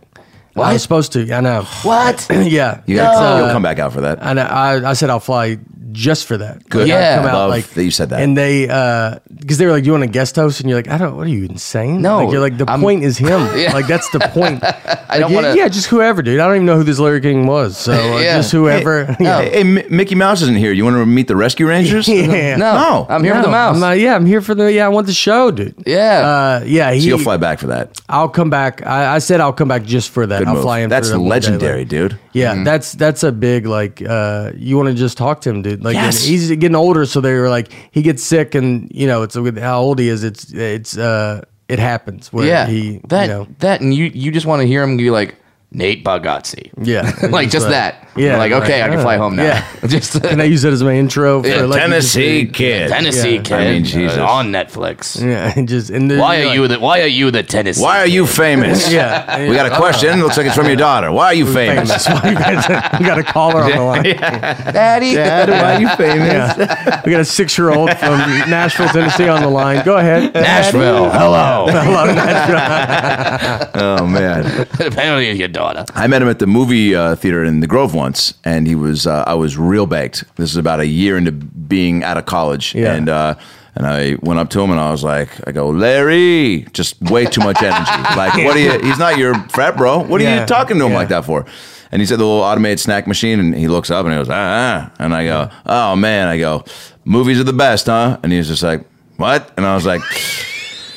D: I
E: What?
D: was supposed to. I know.
E: What?
D: yeah.
B: You
D: It's,
B: gotta,
D: uh,
B: you'll come back out for that.
D: And I, I said I'll fly just for that.
B: Good.
D: Like, I'd
E: Yeah.
D: come out,
B: Love
D: like
B: that you said that.
D: And they, because they were like, "Do you want a guest host?" And you're like, "I don't. What are you insane?"
E: No,
D: Like, you're like, the
E: I'm-
D: point is him. Like that's the point. I
E: don't wanna-
D: Yeah, just whoever, dude. I don't even know who this Larry King was. So uh,
E: Yeah.
D: just whoever. yeah.
B: Hey, hey, Mi- Mickey Mouse isn't here. You want to meet the Rescue Rangers?
D: Yeah.
E: No,
B: No.
E: I'm here for the
D: No,
E: mouse.
D: I'm not- yeah, I'm here for the. Yeah, I want the show, dude.
E: Yeah.
D: Uh, yeah. He,
B: So you'll fly back for that.
D: I'll come back. I, I said I'll come back just for that.
B: Good
D: I'll
B: move.
D: fly in.
B: That's
D: for that one day, like-
B: legendary, Mm-hmm. dude.
D: Yeah, that's that's a big like. Uh, you want to just talk to him, dude. Like and
B: Yes.
D: he's getting older, so they were like he gets sick, and you know it's with how old he is. It's it's uh it happens where
E: yeah,
D: he
E: that
D: you know
E: that, and you you just want to hear him be like Nate Bargatze.
D: yeah
E: like just that.
D: yeah
E: You're like
D: like,
E: okay, I can
D: uh,
E: fly home now.
D: yeah.
E: just
D: and I use that as my intro for
E: Yeah,
D: like,
B: Tennessee kid.
E: Tennessee
D: yeah.
E: kid
B: I mean, Jesus.
E: uh, on Netflix.
D: yeah and just and then
E: Why
D: you're
E: are
D: like-
E: you the Why are you the Tennessee?
B: Why are you famous?
D: yeah
B: We got a question. Looks like it's from your daughter. Why are you famous?
D: famous. we got a caller on the line.
E: Daddy?
B: why are you famous?
D: Yeah. We got a six year old from Nashville, Tennessee on the line. Go ahead.
E: Nashville. Hello.
D: Hello, Nashville.
B: Oh man.
E: Apparently, your daughter.
B: I met him at the movie uh, theater in the Grove once, and he was uh, I was real baked. This is about a year into being out of college,
D: Yeah.
B: and uh, And I went up to him and I was like, I go, Larry, just way too much energy. Like, what are you? He's not your frat bro. What are
D: Yeah.
B: you talking to him
D: Yeah.
B: like that for? And he's at the little automated snack machine and he looks up and he goes, ah, ah. And I go, oh man. I go, movies are the best, huh? And he's just like, what? And I was like,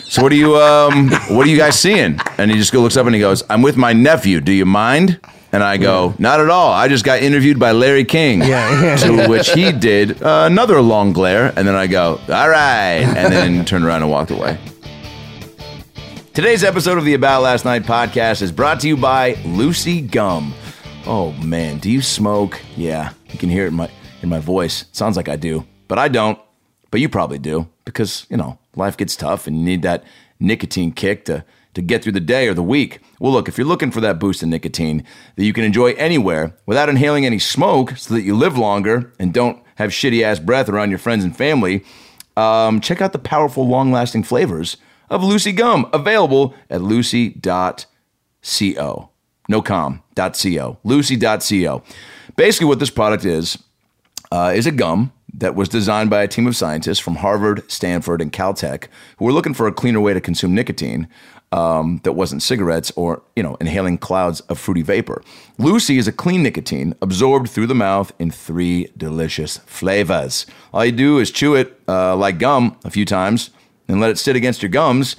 B: so what are you, um, what are you guys seeing? And he just go- looks up and he goes, I'm with my nephew. Do you mind? And I go, not at all. I just got interviewed by Larry King.
D: Yeah, yeah.
B: To which he did uh, another long glare. And then I go, all right. And then turned around and walked away. Today's episode of the About Last Night podcast is brought to you by Lucy Gum. Oh man, do you smoke? Yeah, you can hear it in my in my voice. It sounds like I do, but I don't. But you probably do because you know life gets tough and you need that nicotine kick to to get through the day or the week. Well, look, if you're looking for that boost in nicotine that you can enjoy anywhere without inhaling any smoke, so that you live longer and don't have shitty ass breath around your friends and family um, check out the powerful, long lasting flavors of Lucy Gum available at lucy.co. No com, dot .co. Lucy.co. Basically, what this product is, uh, is a gum that was designed by a team of scientists from Harvard, Stanford, and Caltech who were looking for a cleaner way to consume nicotine um, that wasn't cigarettes or you know inhaling clouds of fruity vapor. Lucy is a clean nicotine absorbed through the mouth in three delicious flavors. All you do is chew it uh, like gum a few times and let it sit against your gums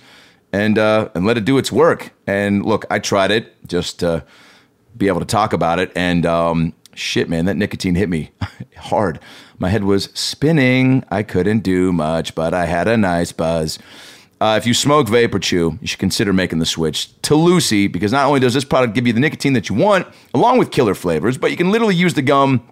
B: and uh, and let it do its work. And look, I tried it just. Uh, be able to talk about it. And um, shit, man, that nicotine hit me hard. My head was spinning. I couldn't do much, but I had a nice buzz. Uh, if you smoke, vape, or chew, you should consider making the switch to Lucy because not only does this product give you the nicotine that you want, along with killer flavors, but you can literally use the gum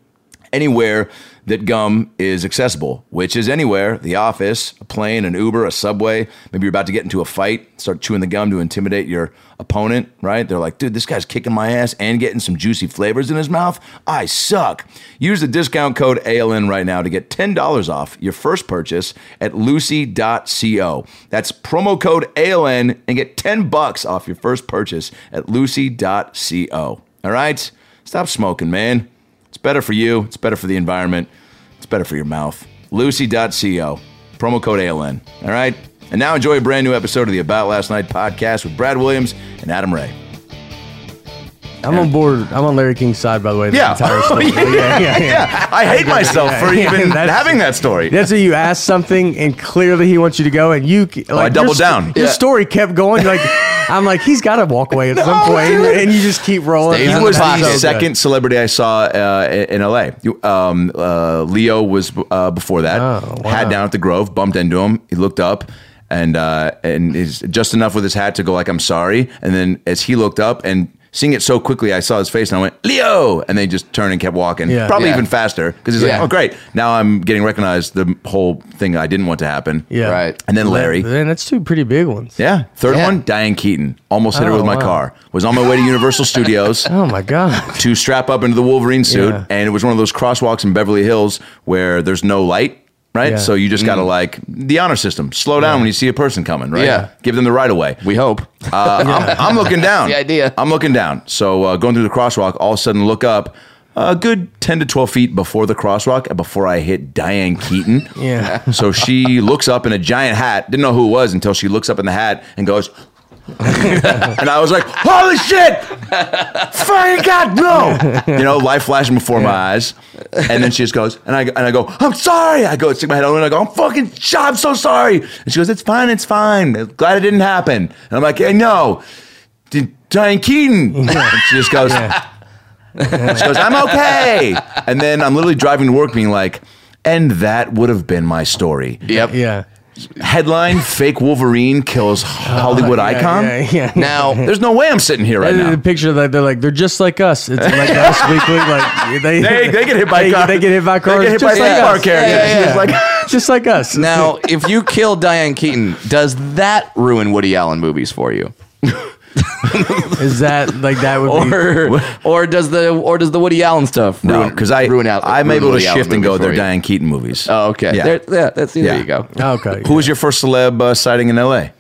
B: anywhere that gum is accessible, which is anywhere the office, a plane, an Uber, a subway. Maybe you're about to get into a fight, start chewing the gum to intimidate your opponent, right? They're like, dude, this guy's kicking my ass and getting some juicy flavors in his mouth. I suck. Use the discount code ALN right now to get $10 off your first purchase at lucy.co. That's promo code ALN and get 10 bucks off your first purchase at lucy.co. All right? Stop smoking, man. It's better for you. It's better for the environment. It's better for your mouth. Lucy.co. Promo code ALN. All right. And now enjoy a brand new episode of the About Last Night podcast with Brad Williams and Adam Ray.
D: I'm on board. I'm on Larry King's side, by the way. the
B: Yeah.
D: entire story. yeah, yeah, yeah.
B: I hate myself for
D: Yeah,
B: even
D: that's-
B: having that story.
D: That's how you ask something, and clearly he wants you to go, and you like
B: Oh, I
D: your
B: doubled
D: st-
B: down.
D: Your
B: Yeah.
D: story kept going. Like I'm like he's got to walk away at some point, and,
B: dude.
D: and you just keep rolling.
E: Stays
B: He
E: in
B: was
E: the
B: the,
E: pocket.
B: second celebrity I saw uh, in in LA. You- Um, uh, Leo was uh, before that.
D: Oh, wow.
B: Had down at the Grove, bumped into him. He looked up and uh, and is just enough with his hat to go like I'm sorry. And then as he looked up and seeing it so quickly, I saw his face and I went Leo, and they just turned and kept walking.
D: Yeah.
B: Probably
E: Yeah.
B: even faster because he's
E: Yeah.
B: like, oh great, now I'm getting recognized. The whole thing I didn't want to happen.
D: Yeah.
E: Right.
B: And then Larry.
D: Man, that's two pretty big ones.
B: Yeah. Third
E: Yeah.
B: one, Diane Keaton. Almost hit her
D: Oh,
B: with my
D: wow.
B: car. Was on my way to Universal Studios
D: Oh my god.
B: to strap up into the Wolverine suit,
D: Yeah.
B: and it was one of those crosswalks in Beverly Hills where there's no light, right?
D: Yeah. Mm.
B: So you just gotta like the honor system. Slow down when you see a person coming, right?
E: Yeah.
B: give them the right of way.
E: We hope.
B: Uh, I'm, I'm looking down.
E: the idea.
B: I'm looking down. So uh, going through the crosswalk, all of a sudden look up. A good ten to twelve feet before the crosswalk, and before I hit Diane Keaton.
D: Yeah.
B: So she looks up in a giant hat. Didn't know who it was until she looks up in the hat and goes. and I was like, "Holy shit! Thank God, no!" You know, life flashing before my eyes. And then she just goes, and I and I go, "I'm sorry." I go stick my head over and I go, "I'm fucking, I'm so sorry." And she goes, "It's fine, it's fine. Glad it didn't happen." And I'm like, "Hey, no, Di- Diane Keaton." And she just goes. She goes, I'm okay. And then I'm literally driving to work being like, and that would have been my story.
E: yep.
D: Yeah.
B: Headline Fake Wolverine kills Hollywood icon.
D: Oh, Yeah. yeah, yeah.
E: Now,
B: There's no way I'm sitting here right
D: And
B: now.
D: the picture like they're like they're just like us. It's like us weekly. Like they
B: They, they get hit by
D: they,
B: cars.
D: they get hit by cars.
B: They get hit by
D: just like
B: like car
D: us.
B: carriers.
E: Yeah, yeah,
B: It's like-
D: Just like us.
E: now, if you kill Diane Keaton, does that ruin Woody Allen movies for you?
D: Is that like that would be?
E: Or, or does the or does the Woody Allen stuff
B: no,
E: ruin?
B: because I
E: ruin out.
B: I'm
E: ruin
B: able to
E: Woody Allen
B: shift and go.
E: movies for
B: They're
E: you?
B: Diane Keaton movies.
E: Oh, okay.
B: Yeah.
E: There, yeah, that's there
B: Yeah.
E: you go.
D: Okay.
B: Who was your first celeb uh, sighting in
D: Mm.
B: L.A.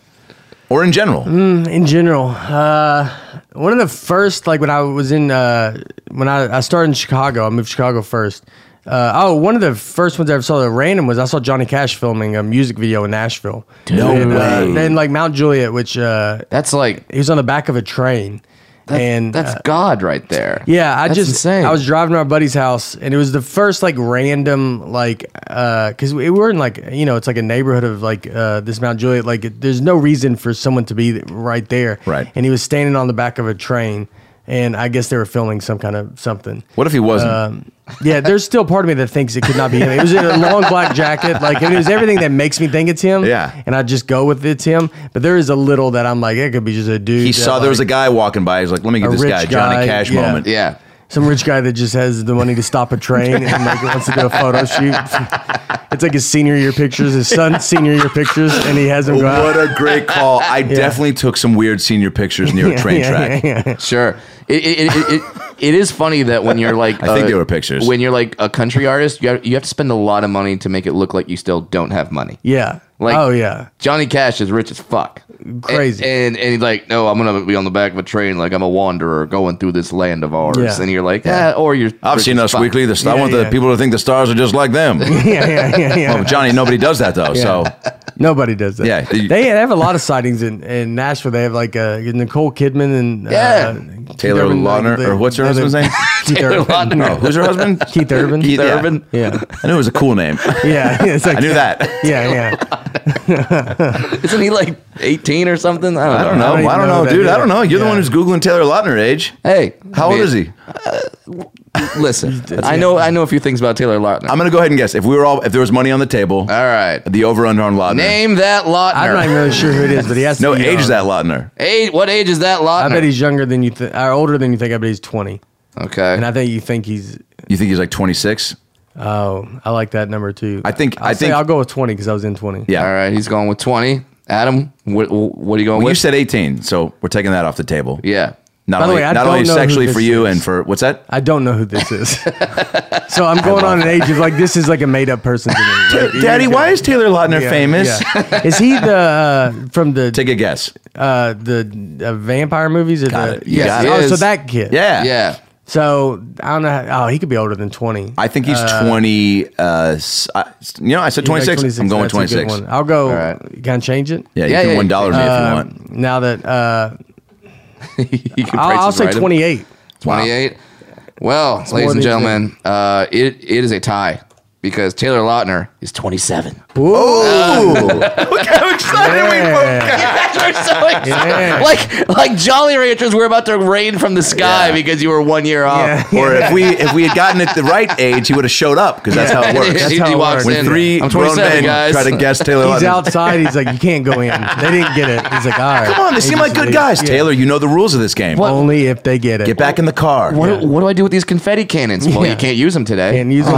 B: or in general?
D: in general uh one of the first like when i was in uh when i, I started in chicago i moved to chicago first Uh, oh, one of the first ones I ever saw that random was I saw Johnny Cash filming a music video in Nashville.
B: No
D: and,
B: way.
D: Uh, then like Mount Juliet, which uh,
E: That's like
D: he was on the back of a train,
E: that-
D: and
E: that's
D: uh,
E: God right there.
D: yeah, I
E: That's
D: just
E: insane.
D: I was driving to our buddy's house, and it was the first like random like because we were in like you know it's like a neighborhood of like uh, this Mount Juliet. Like it- there's no reason for someone to be right there.
B: Right.
D: And he was standing on the back of a train, and I guess they were filming some kind of something.
B: What if he wasn't?
D: Uh, Yeah, there's still part of me that thinks it could not be him. It was in a long black jacket. Like it was everything that makes me think it's him.
B: Yeah.
D: And I just go with it's him. But there is a little that I'm like, it could be just a dude.
B: he
D: that,
B: saw there was a
D: uh,
B: guy
D: like,
B: walking by. He was like, "Let me give
D: a
B: this
D: rich
B: guy a Johnny
D: guy,
B: Cash
D: yeah.
B: moment."
E: Yeah.
D: some rich guy that just has the money to stop a train and like wants to do a photo shoot. It's like his senior year pictures, his son's senior year pictures, and he has him go out.
B: What a great call! I definitely took some weird senior pictures near a train
D: Yeah,
B: track.
D: yeah, yeah.
E: Sure. It, it, it, it, it is funny that when you're like,
B: I think
E: uh,
B: they were pictures.
E: When you're like a country artist, you have, you have to spend a lot of money to make it look like you still don't have money.
D: Yeah.
E: Like-
D: oh yeah.
E: Johnny Cash is rich as fuck.
B: eh,
D: Crazy.
E: And, and, and he's like, no, I'm gonna be on the back of a train, like I'm a wanderer going through this land of ours.
D: Yeah.
E: And you're like, yeah, or you're.
B: I've
E: rich
B: seen
E: as
B: Us
E: fuck.
B: Weekly. The, I
D: Yeah,
B: want the
D: yeah.
B: people to think the stars are just like them.
D: Yeah, yeah, yeah, yeah.
B: Well, Johnny, nobody does that though. So
D: Nobody does that.
B: Yeah.
D: They, they have a lot of sightings in, in Nashville. They have like uh, Nicole Kidman and uh,
E: Yeah.
D: Keith
B: Taylor
D: Urban, like,
B: Lautner,
D: they-
B: or what's her
D: they-
B: husband's name?
D: Keith Urban.
B: No, Oh, who's her husband?
D: Keith Urban.
B: Keith yeah.
E: Urban.
D: Yeah.
B: I knew it was a cool name. I
D: Yeah. It's like,
B: knew that.
D: Yeah, yeah.
E: Isn't he like 18 or something? I don't,
B: I don't
E: know.
B: know. I don't,
D: don't even know
B: know,
D: who that
B: dude. I
D: is.
B: don't know. You're the
D: Yeah.
B: one who's googling Taylor Lautner age.
E: Hey,
B: How old
E: man,
B: is he?
E: Listen, I know I know a few things about Taylor Lautner.
B: I'm gonna go ahead and guess. If we were all, if there was money on the table,
E: All right,
B: the over under on Lautner.
E: name that Lautner.
D: I'm not even really sure who it is, but he has to
B: No,
D: be uh,
B: age is
D: young.
B: that Lautner.
E: Age, what age is that Lautner?
D: I bet he's younger than you think, or older than you think. I bet he's 20.
E: okay.
D: And I think you think he's,
B: You think he's like 26?
D: oh, I like that number too.
B: I think-
D: I'll
B: I
D: say
B: think-
D: I'll go with 20 because I was in 20.
B: Yeah.
E: All right, he's going with 20. Adam, what, what are you going
B: Well,
E: with?
B: you said 18, so we're taking that off the table.
E: yeah.
B: Not
D: By the
B: only,
D: way, I
B: not
D: don't
B: only
D: know who
B: sexually for
D: this
B: you
D: is.
B: and for what's that?
D: I don't know who this is. so I'm going on an age of like, this is like a made up person to me. Like, you-
B: Daddy, why is Taylor Lautner
D: yeah,
B: famous?
D: yeah. Is he the, uh, from the,
B: Take a guess.
D: uh, the uh, vampire movies? Or the,
B: it. You
E: Yes, got it.
D: Oh,
E: it
D: so
E: is.
D: that kid.
B: Yeah.
E: Yeah.
D: So I don't know. How, oh, he could be older than 20.
B: I think he's 20. Uh, s- I- s- you know, I said
D: He's like
B: 26. I'm going
D: That's a good
B: 26.
D: one. I'll go.
E: All right.
D: Can I change it?
B: Yeah, you
E: Yeah,
B: can
E: yeah,
B: one dollar me if you
D: Uh,
B: want.
D: now that uh,
E: You can
D: I'll,
E: price
D: I'll
E: is
D: say
E: right.
D: 28.
E: 28. Well, ladies
D: more
E: and
D: than you
E: gentlemen, uh, it, it is a tie because Taylor Lautner is 27.
B: Oh,
D: oh!
B: Look how excited
D: Yeah.
E: We're so excited.
D: Yeah.
E: Like, like Jolly Ranchers were about to rain from the sky
B: Yeah.
E: because you were one year off.
D: Yeah.
B: Or if we if we had gotten it the right age, he would have showed up because that's how it works.
D: That's
E: he,
D: how
E: he
D: it works.
E: walks
B: when
E: in.
B: three
E: I'm
B: grown
E: 27,
B: men
E: guys.
B: try to guess Taylor
D: He's
B: Lautner.
D: outside. He's like, you can't go in. They didn't get it. He's like, all right.
B: Come on, they seem like good guys. Taylor, you know the rules of this game.
D: Only if they get it.
B: Get back in the car.
E: What, do- what do I do with these confetti cannons? Well,
D: Yeah.
E: you can't use them today.
D: And use them.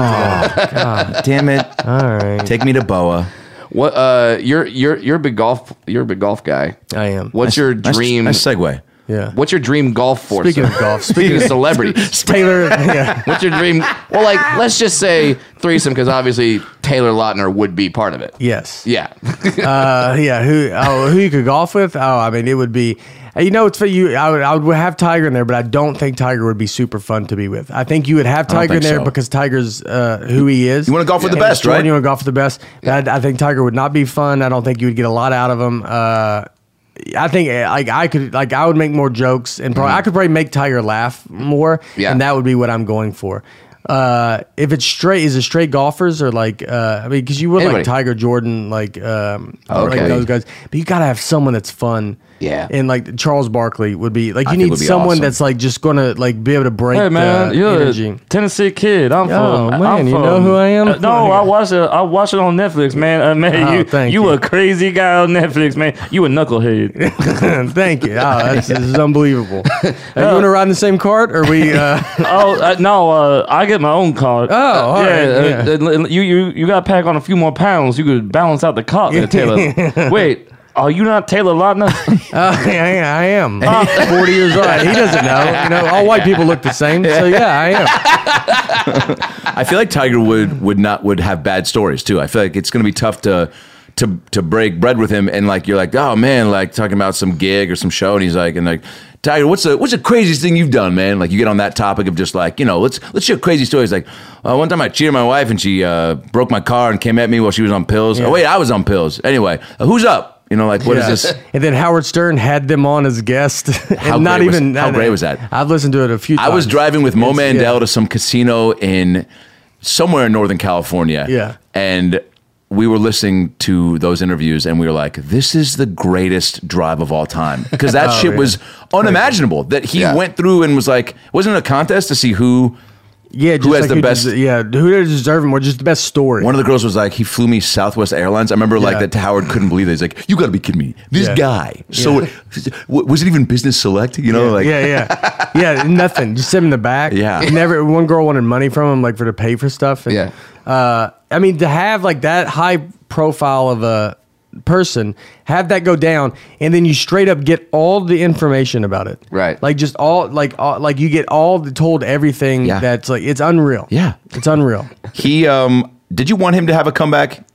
D: today.
B: Damn it.
D: All right.
B: Take me to Boa.
E: What uh you're you're you're a big golf you're a big golf guy.
D: I am.
E: What's your
B: Nice-
E: dream
B: Nice segue.
D: Yeah.
E: what's your dream golf for?
D: Speaking of
E: sir?
D: golf,
E: Speaking
D: speaking
E: of
D: of
E: celebrities.
D: Taylor, yeah.
E: What's your dream well like let's just say threesome because obviously Taylor Lautner would be part of it.
D: Yes.
E: Yeah.
D: Uh, yeah. Who? Oh, who you could golf with? Oh, I mean, it would be. You know, it's for you. I would, I would have Tiger in there, but I don't think Tiger would be super fun to be with. I think you would have
B: don't
D: Tiger in
B: think
D: there
B: so.
D: because Tiger's uh, who he is.
B: You wanna golf with the
D: And
B: best,
D: it's Jordan,
B: right?
D: You want to golf with the best. But I, I think Tiger would not be fun. I don't think you would get a lot out of him. Uh, I think uh, like I could like I would make more jokes and probably I
B: Mm-hmm.
D: could probably make Tiger laugh more.
E: Yeah.
D: and that would be what I'm going for. Uh, if it's straight, is it straight golfers or like uh, I mean, because you would
E: Anybody.
D: like Tiger Jordan, like um,
B: Oh,
E: Okay.
D: like those guys. But you gotta have someone that's fun.
E: Yeah.
D: and like Charles Barkley would be like you
B: think
D: need
B: would be
D: someone
B: awesome.
D: that's like just gonna like be able to break the energy.
F: Tennessee kid. I'm
D: Oh,
F: from.
D: man,
F: I'm
D: you
F: from-
D: know who I am?
F: Uh, no, I watch it. I watch it on Netflix, man. Uh, man,
D: Oh,
F: you
D: thank
F: you
D: you.
F: a crazy guy on Netflix, man. You a knucklehead.
D: Thank you. Oh, that's, this is unbelievable. Are you gonna ride in the same cart? Or we? Uh,
F: oh uh, no, uh, I get my own card.
D: Oh, all right,
F: yeah. uh, uh, you you you got to pack on a few more pounds. You could balance out the cart, there, Taylor. Wait. Are you not Taylor Lautner?
D: Uh, yeah, yeah, I am. I'm 40 years old. He doesn't know. You know, all white people look the same. So yeah, I am.
B: I feel like Tiger would would not would have bad stories too. I feel like it's going to be tough to to to break bread with him, and like you're like, oh man, like talking about some gig or some show, and he's like, and like. Tiger, what's the what's the craziest thing you've done, man? Like you get on that topic of just like you know, let's let's share crazy stories. Like uh, one time I cheated on my wife and she uh, broke my car and came at me while she was on pills. Oh wait, I was on pills. Anyway, uh, who's up? You know, like what is
D: Yeah.
B: this?
D: And then Howard Stern had them on as guest. and
B: How
D: not
B: great was-
D: even
B: how
D: not-
B: great was that?
D: I've listened to it a few
B: I
D: times.
B: was driving with Mo
D: It's- yeah.
B: Mandel to some casino in somewhere in Northern California.
D: Yeah.
B: And we were listening to those interviews and we were like, this is the greatest drive of all time. Because that
D: Oh,
B: shit
D: yeah.
B: was unimaginable that he
E: Yeah.
B: went through and was like, wasn't it a contest to see who.
D: Yeah, just
B: has
D: like
B: the best-
D: des- yeah, who does deserve more? Just the best story.
B: One of the girls was like, he flew me Southwest Airlines. I remember like
D: Yeah.
B: that Howard couldn't believe it. He's like, you got to be kidding me. This
D: Yeah.
B: guy. So w- was it even business select? You know,
D: yeah,
B: like,
D: yeah, yeah, yeah, nothing. Just sit in the back.
B: Yeah.
D: never. One girl wanted money from him, like for to pay for stuff. And,
E: Yeah.
D: uh, I mean to have like that high profile of a person have that go down, and then you straight up get all the information about it.
E: Right.
D: like just all like all, like you get all the, told everything
B: Yeah.
D: that's like it's unreal.
B: Yeah.
D: it's unreal.
B: He um did you want him to have a comeback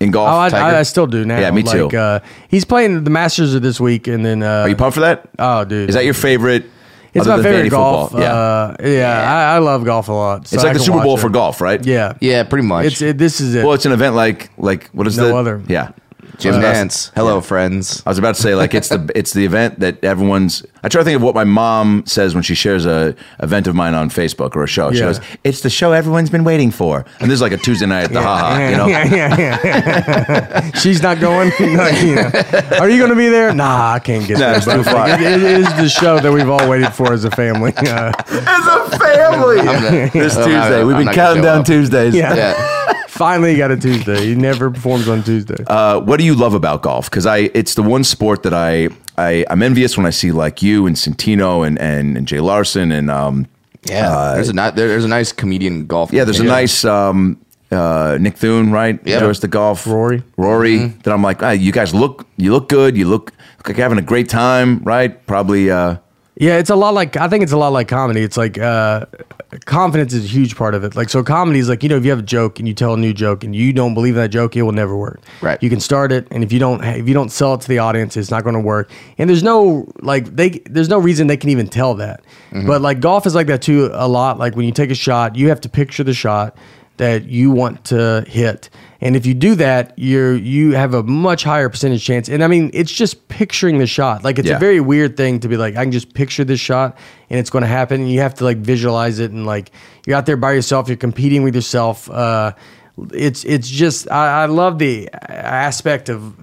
B: in golf?
D: Oh, I,
B: Tiger?
D: I, I still do now.
B: Yeah, me too.
D: Like, uh, he's playing the Masters of this week, and then uh,
B: Are you pumped for that?
D: Oh, dude.
B: Is that your favorite?
D: It's
B: other
D: my
B: than
D: favorite
B: Vandy
D: golf.
B: football? Yeah.
D: uh, yeah, I, I love golf a lot. so
B: it's
D: I
B: like the
D: can
B: Super
D: watch
B: Bowl
D: it.
B: for golf, right?
D: Yeah,
E: Yeah, pretty much.
D: It's it, this is it.
B: Well, it's an event like like what is
D: No
B: the
D: other.
B: Yeah.
E: Jim
B: I was about-
E: Nance. Hello, friends.
B: I was about to say like it's the it's the event that everyone's. I try to think of what my mom says when she shares a event of mine on Facebook or a show. She
D: Yeah.
B: goes, "It's the show everyone's been waiting for," and this is like a Tuesday night at the Ha Ha.
D: yeah,
B: You know,
D: yeah, yeah, yeah. She's not going. Like, you know. Are you going to be there? Nah, I can't get
B: No,
D: there.
B: it's too
D: but, like,
B: far.
D: it- it is the show that we've all waited for as a family. Uh,
B: as a family, this
E: I'm not-
B: Tuesday we've
E: I'm
B: been
E: not gonna
B: counting
E: show
B: down
E: up.
B: Tuesdays.
D: yeah.
E: Yeah.
D: Finally got a Tuesday. He never performs on Tuesday.
B: Uh, what do you love about golf? Because I, it's the one sport that I, I, I'm envious when I see like you and Santino and and, and Jay Larson and um,
E: Yeah. there's a ni- there- there's a nice comedian golf.
B: yeah, there's a nice um, uh, Nick Thune, right?
E: Yeah.
B: Enjoys the golf.
D: Rory.
B: Rory. That I'm like, ah, you guys look, you look good. You look, look like you're having a great time, right? Probably. Uh,
D: Yeah, it's a lot like I think it's a lot like comedy. It's like uh, confidence is a huge part of it. Like so, comedy is like you know if you have a joke and you tell a new joke and you don't believe in that joke, it will never work.
E: Right.
D: You can start it, and if you don't if you don't sell it to the audience, it's not going to work. And there's no like they there's no reason they can even tell that. But like golf is like that too a lot. Like when you take a shot, you have to picture the shot that you want to hit. And if you do that, you're you have a much higher percentage chance. And I mean, it's just picturing the shot. Like it's
B: Yeah.
D: a very weird thing to be like, I can just picture this shot and it's going to happen. And you have to like visualize it and like you're out there by yourself, you're competing with yourself. Uh, it's it's just I, I love the aspect of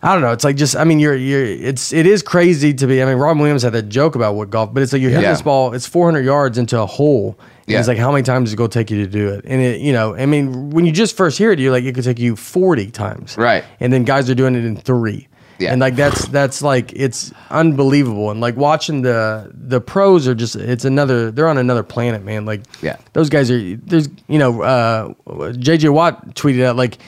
D: I don't know. It's like just I mean you're you're it's it is crazy to be. I mean Robin Williams had that joke about what golf, but it's like you're hitting
E: Yeah.
D: this ball. It's 400 yards into a hole. And It's
E: Yeah.
D: like how many times is it going to take you to do it? And it you know I mean when you just first hear it, you're like it could take you 40 times.
E: Right.
D: And then guys are doing it in three.
E: Yeah.
D: And like that's that's like it's unbelievable. And like watching the the pros are just it's another they're on another planet, man. Like
E: Yeah.
D: those guys are there's you know uh JJ Watt tweeted out like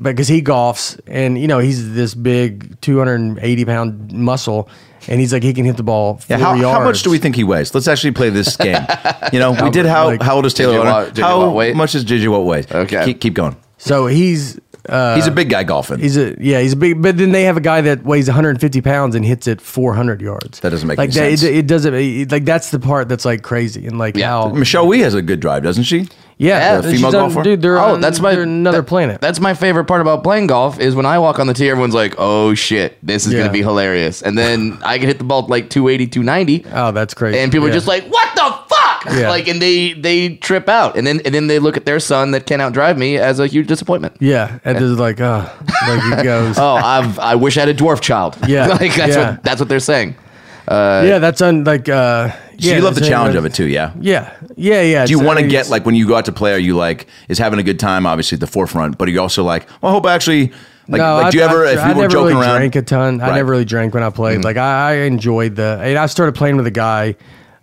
D: because he golfs and you know he's this big 280 pound muscle and he's like he can hit the ball four
B: yeah, how,
D: yards.
B: how much do we think he weighs? Let's actually play this game. You know, we did how
D: like-
B: how old is Taylor?
E: JJ
B: Lautner?
E: Watt- JJ
B: how
E: Watt weight?
B: much is JJ Watt weighs?
E: Okay.
B: keep, keep going.
D: So he's uh
B: He's a big guy golfing.
D: He's a yeah, he's a big. But then they have a guy that weighs 150 pounds and hits it 400 yards.
B: That doesn't make
D: like
B: any
D: that,
B: sense.
D: It, it doesn't. It, like that's the part that's like crazy and like
E: Yeah.
D: how
B: Michelle Wee has a good drive, doesn't she?
D: yeah,
B: the
D: she's
B: female
D: on-
B: golfer?
D: dude. They're
E: Oh,
D: on,
E: that's my
D: they're another
E: that-
D: planet.
E: That's my favorite part about playing golf is when I walk on the tee, everyone's like, "Oh shit, this is
D: Yeah.
E: gonna be hilarious," and then I can hit the ball like 280, 290,
D: oh, that's crazy.
E: and people
D: Yeah.
E: are just like, "What the fuck!"
D: Yeah.
E: Like, and they they trip out, and then and then they look at their son that can't outdrive me as a huge disappointment.
D: yeah, and there's like oh, like he goes.
E: Oh, I've I wish I had a dwarf child.
D: Yeah.
E: like that's
D: Yeah.
E: what that's what they're saying.
D: yeah, that's on like uh.
B: So
D: yeah,
B: you love the
D: that's-
B: challenge of it too, yeah.
D: Yeah, yeah, yeah.
B: Do you
D: it's-
B: want
D: I
B: to
D: mean,
B: get
D: it's-
B: like when you go out to play? Are you like is having a good time? Obviously at the forefront, but are you also like well, I hope I actually like,
D: no,
B: like do you
D: I,
B: ever
D: I,
B: if
D: I
B: you were
D: never
B: joking
D: really
B: around?
D: drank a ton.
B: Right. Mm-hmm.
D: I never really drank when I played. Like I, I enjoyed the. And I started playing with a guy,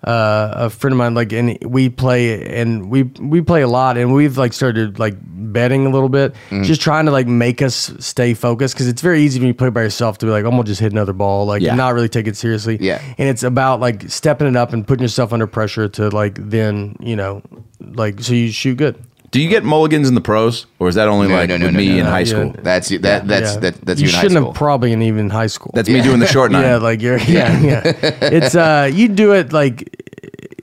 D: uh, a friend of mine. Like and we play and we we play a lot and we've like started like betting a little bit,
B: Mm-hmm.
D: just trying to like make us stay focused because it's very easy when you play by yourself to be like I'm gonna just hit another ball, like
B: Yeah.
D: not really take it seriously.
E: Yeah.
D: and it's about like stepping it up and putting yourself under pressure to like then you know like so you shoot good.
B: Do you get mulligans in the pros, or is that only
E: No,
B: like
E: no, no,
B: with
E: no,
B: me
E: no,
B: in
E: no.
B: high
D: Yeah.
B: school?
E: That's you. That that's
D: Yeah.
E: that that's
D: you
E: you in high
D: shouldn't
E: school.
D: have probably in even high school.
B: That's me doing the short nine.
D: yeah, like you're yeah yeah. It's uh you do it like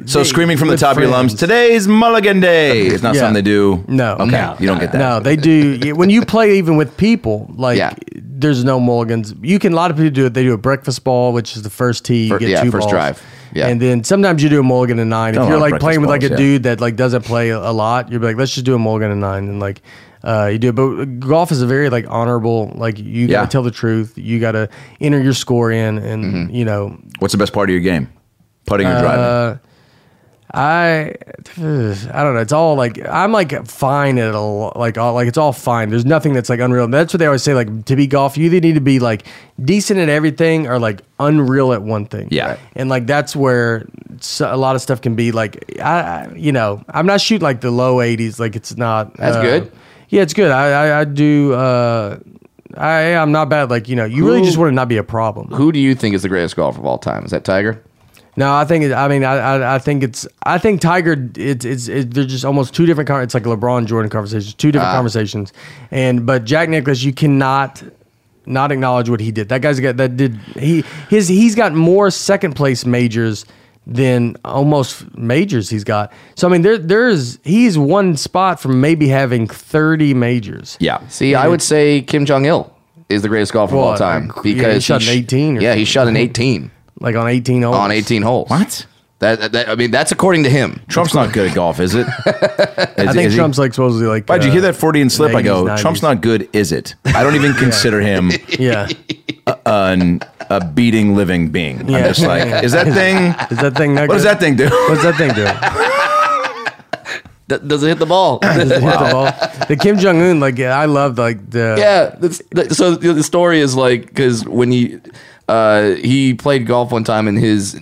B: so screaming from the
D: with
B: top of your lungs.
D: friends.
B: Today's mulligan day. It's not
D: Yeah.
B: something they do.
D: No.
B: okay,
D: No.
B: you don't get that.
D: No, they do. yeah, When you play even with people, like
E: Yeah.
D: there's no mulligans. You can a lot of people do it. They do a breakfast ball, which is the first tee you
E: Fir-
D: get
E: yeah,
D: two
E: first
D: balls.
E: drive. Yeah.
D: And then sometimes you do a mulligan and nine.
B: Done a
D: if
B: lot
D: you're
B: of
D: like
B: breakfast
D: playing with like
B: balls,
D: a
B: yeah.
D: dude that like doesn't play a lot, you're like, let's just do a mulligan and nine, and like. Uh, you do, it. but golf is a very like honorable. Like you
B: Yeah.
D: gotta tell the truth. You gotta enter your score in, and
E: Mm-hmm.
D: you know
B: What's the best part of your game? Putting or driving?
D: Uh, I I don't know. It's all like I'm like fine at a lo- like all like it's all fine. There's nothing that's like unreal. That's what they always say. Like to be golf, you either need to be like decent at everything or like unreal at one thing.
B: Yeah. Right.
D: and like that's where s- a lot of stuff can be. Like I, I- you know, I'm not shooting like the low 80s. Like it's not. uh,
E: That's good.
D: Yeah, it's good. I I, I do. uh I I'm not bad. Like you know, you really
E: Who-
D: just want to not be a problem.
E: Who do you think is the greatest golfer of all time? Is that Tiger?
D: No, I think. It, I mean, I, I, I think it's. I think Tiger. It's. It's. It, they're just almost two different. Con- it's like LeBron Jordan conversations. Two different
B: Ah.
D: conversations. And but Jack Nicklaus, you cannot not acknowledge what he did. That guy's got that did he his he's got more second place majors than almost majors he's got. So I mean, there there's he's one spot from maybe having thirty majors.
B: yeah.
E: See, I would say Kim Jong Il is the greatest golfer
D: Well,
E: of all time
D: uh, yeah, he
E: because
D: shot an
E: sh-
D: 18 or
E: yeah, he shot an 18
D: Like on eighteen oh. holes.
E: on 18 holes.
B: What?
E: That, that, that- I mean, that's according to him.
B: Trump's not good at golf, is it?
D: I think Trump's like supposedly like.
B: Why'd you
D: uh,
B: hear that 40 and slip? I go,
D: 80s,
B: Trump's
D: 90s.
B: not good, is it? I don't even consider him
D: Yeah.
B: an, a beating living being. I'm
D: Yeah.
B: just like, is that thing,
D: Is that thing?
B: what does that thing do?
D: What's that thing doing?
E: D- does it hit the ball?
D: Hit the ball. The Kim Jong Un, like I love like the
E: yeah. That's, that, so the the story is like because when he uh, he played golf one time and his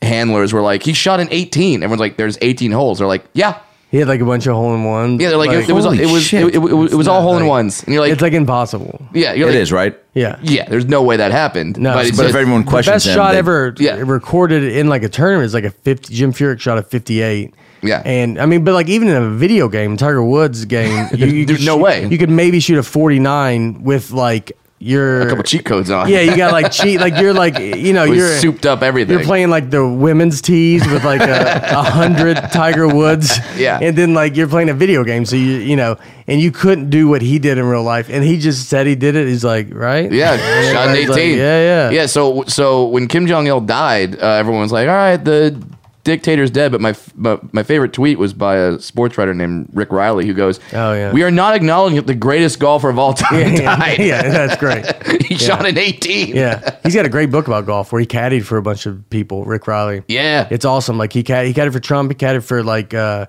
E: handlers were like, he shot an 18. Everyone's like, there's 18 holes. They're like, yeah.
D: he had like a bunch of hole in ones.
E: Yeah, they're like, it, it was
B: holy
E: it was it,
B: shit.
E: it- it was- it was all
D: not
E: hole in
D: like-
E: ones, and you're like,
D: it's like impossible.
E: yeah, you're
B: It
E: like,
B: is, right?
D: Yeah,
E: yeah. There's no way that happened.
D: No,
E: but, it's
B: But if
E: just-
B: everyone
D: the
B: questions
D: best
B: him,
D: shot
B: they-
D: ever
E: Yeah.
D: recorded in like a tournament is like a fifty. Jim Furyk shot a fifty-eight.
E: Yeah.
D: and I mean, but like even in a video game, Tiger Woods game, you, you
E: There's
D: could
E: no
D: shoot-
E: way.
D: you could maybe shoot a forty-nine with like your
E: a couple cheat codes on.
D: Yeah, you got like cheat. Like you're like you know
E: It was
D: you're
E: souped up everything.
D: You're playing like the women's tees with like a, a hundred Tiger Woods.
E: Yeah.
D: And then like you're playing a video game, so you you know, and you couldn't do what he did in real life, and he just said he did it. He's like, right?
E: Yeah, shot an
D: Everybody's
E: eighteen.
D: like, yeah, yeah.
E: yeah. So, so when Kim Jong Il died, uh, everyone was like, "All right, the dictator's dead." But my, f- my my favorite tweet was by a sports writer named Rick Riley, who goes,
D: Oh, yeah.
E: we are not acknowledging that the greatest golfer of all time died.
D: yeah, that's great.
E: he shot an eighteen.
D: Yeah, he's got a great book about golf where he caddied for a bunch of people. Rick Riley.
E: Yeah.
D: it's awesome. Like he cad- he caddied for Trump. He caddied for like. uh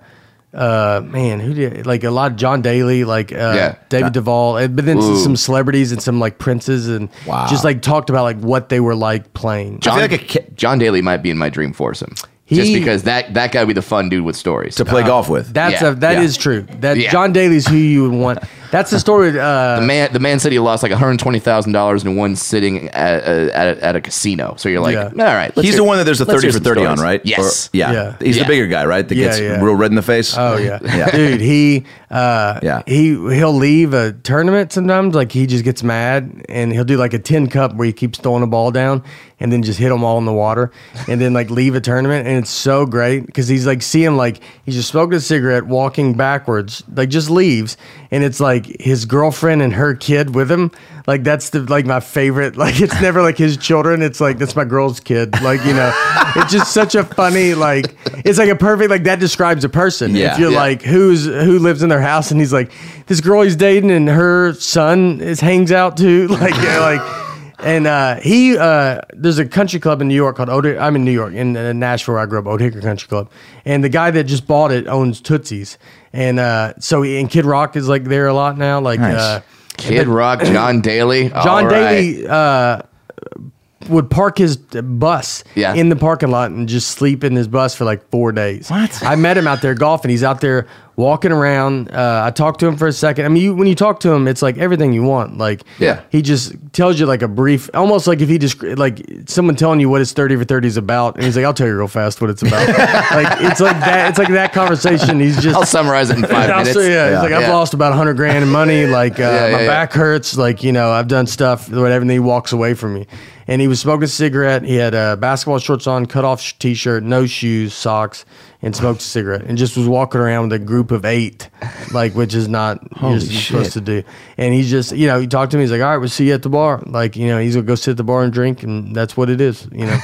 D: uh man who did like a lot of John Daly like uh
E: Yeah.
D: David Duvall and, but then
E: Ooh.
D: some celebrities and some like princes and
B: Wow.
D: just like talked about like what they were like playing
E: John,
B: like a ki-
E: John Daly might be in my dream foursome. just
D: He-
E: because that that guy would be the fun dude with stories.
B: To play golf with.
D: that's
E: Yeah.
D: a Uh, that is
E: Yeah.
D: true that
E: Yeah.
D: John Daly's who you would want that's the story uh
E: the man, the man said he lost like one hundred twenty thousand dollars in one sitting at, uh, at, a, at a casino. So you're like,
D: Yeah.
E: all right, let's
B: He's
E: hear-
B: the one that there's a
E: let's
B: 30
E: hear
B: for
E: some
B: 30 on,
E: stories.
B: right?
E: Yes.
B: Or- yeah.
D: Yeah.
B: He's
E: Yeah.
B: the bigger guy, right? That
D: Yeah,
B: gets
D: yeah.
B: real red in the face.
D: Oh yeah,
B: Yeah.
D: dude. He, uh,
B: Yeah.
D: He he'll leave a tournament sometimes. Like he just gets mad and he'll do like a tin cup where he keeps throwing the ball down and then just hit them all in the water and then like leave a tournament and it's so great because he's like seeing like he's just smoking a cigarette, walking backwards, like just leaves and it's like his girlfriend and her kid with him. Like that's the like my favorite. Like it's never like his children. It's like that's my girl's kid. Like you know, it's just such a funny like it's like a perfect like that describes a person.
B: Yeah.
D: if you're
B: Yeah.
D: like who's who lives in their house and he's like this girl he's dating and her son is hangs out too. Like you know, like. And uh, he, uh, there's a country club in New York called Ode. I'm in New York, in uh, Nashville, where I grew up, Old Hickory Country Club. And the guy that just bought it owns Tootsie's, and uh, so and Kid Rock is like there a lot now. Like
B: Nice.
D: uh,
E: Kid Rock, John Daly.
D: John
E: all right.
D: Daly uh, would park his bus
E: Yeah.
D: in the parking lot and just sleep in his bus for like four days.
B: What?
D: I met him out there golfing. He's out there walking around. Uh, I talked to him for a second. I mean, you, when you talk to him, it's like everything you want. Like,
E: Yeah.
D: he just tells you like a brief, almost like if he just like someone telling you what his thirty for thirty is about, and he's like, "I'll tell you real fast what it's about." like it's like that. It's like that conversation. He's just
E: I'll summarize it in five
D: I'll
E: minutes.
D: say, yeah, it's like I've
E: Yeah.
D: lost about a hundred grand in money. Like uh,
E: Yeah, yeah,
D: my
E: yeah.
D: back hurts. Like you know, I've done stuff. Whatever. And then he walks away from me, and he was smoking a cigarette. He had uh, basketball shorts on, cut off sh- t-shirt, no shoes, socks, and smoked a cigarette, and just was walking around with a group of eight, like which is not you're supposed to do. And he just, you know, he talked to me. He's like, "All right, we'll see you at the bar." Like you know, he's gonna go sit at the bar and drink, and that's what it is. You know,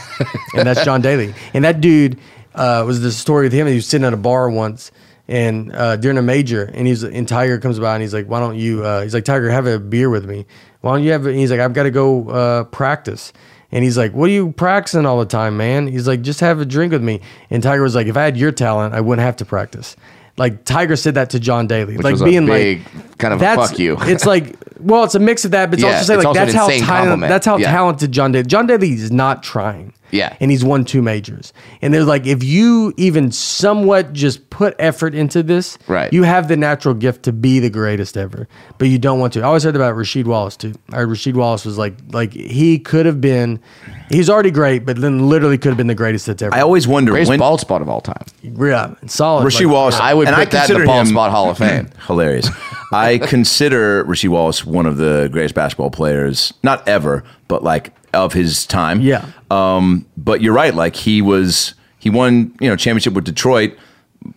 D: and that's John Daly. And that dude uh, was the story with him. He was sitting at a bar once and uh, during a major, and he's and Tiger comes by and he's like, "Why don't you?" Uh, he's like, "Tiger, have a beer with me. Why don't you have?" a-" And he's like, "I've got to go uh, practice." And he's like, "What are you practicing all the time, man?" He's like, "Just have a drink with me." And Tiger was like, "If I had your talent, I wouldn't have to practice." Like Tiger said that to John Daly,
E: Which
D: like
E: was a
D: being
E: big
D: like
E: kind of a
D: that's
E: fuck you.
D: it's like well, it's a mix of that, but it's
E: Yeah,
D: also saying
E: it's
D: like
E: also an
D: that's how
E: insane
D: talent,
E: compliment.
D: that's how
E: Yeah.
D: talented John Daly. John Daly is not trying.
E: Yeah.
D: and he's won two majors. And they're like, if you even somewhat just put effort into this,
E: Right.
D: you have the natural gift to be the greatest ever, but you don't want to. I always heard about Rasheed Wallace too. I heard Rasheed Wallace was like, like he could have been, he's already great, but then literally could have been the greatest that's ever.
B: I always wonder
E: Greatest
B: when
E: bald spot of all time.
D: yeah, solid.
B: Rasheed
D: like-
B: Wallace.
E: I would
B: and
E: put that in the
B: consider
E: bald
B: him-
E: spot Hall of Fame.
B: hilarious. I consider Rasheed Wallace one of the greatest basketball players, not ever, but like of his time.
D: Yeah.
B: Um, but you're right. Like he was, he won, you know, championship with Detroit,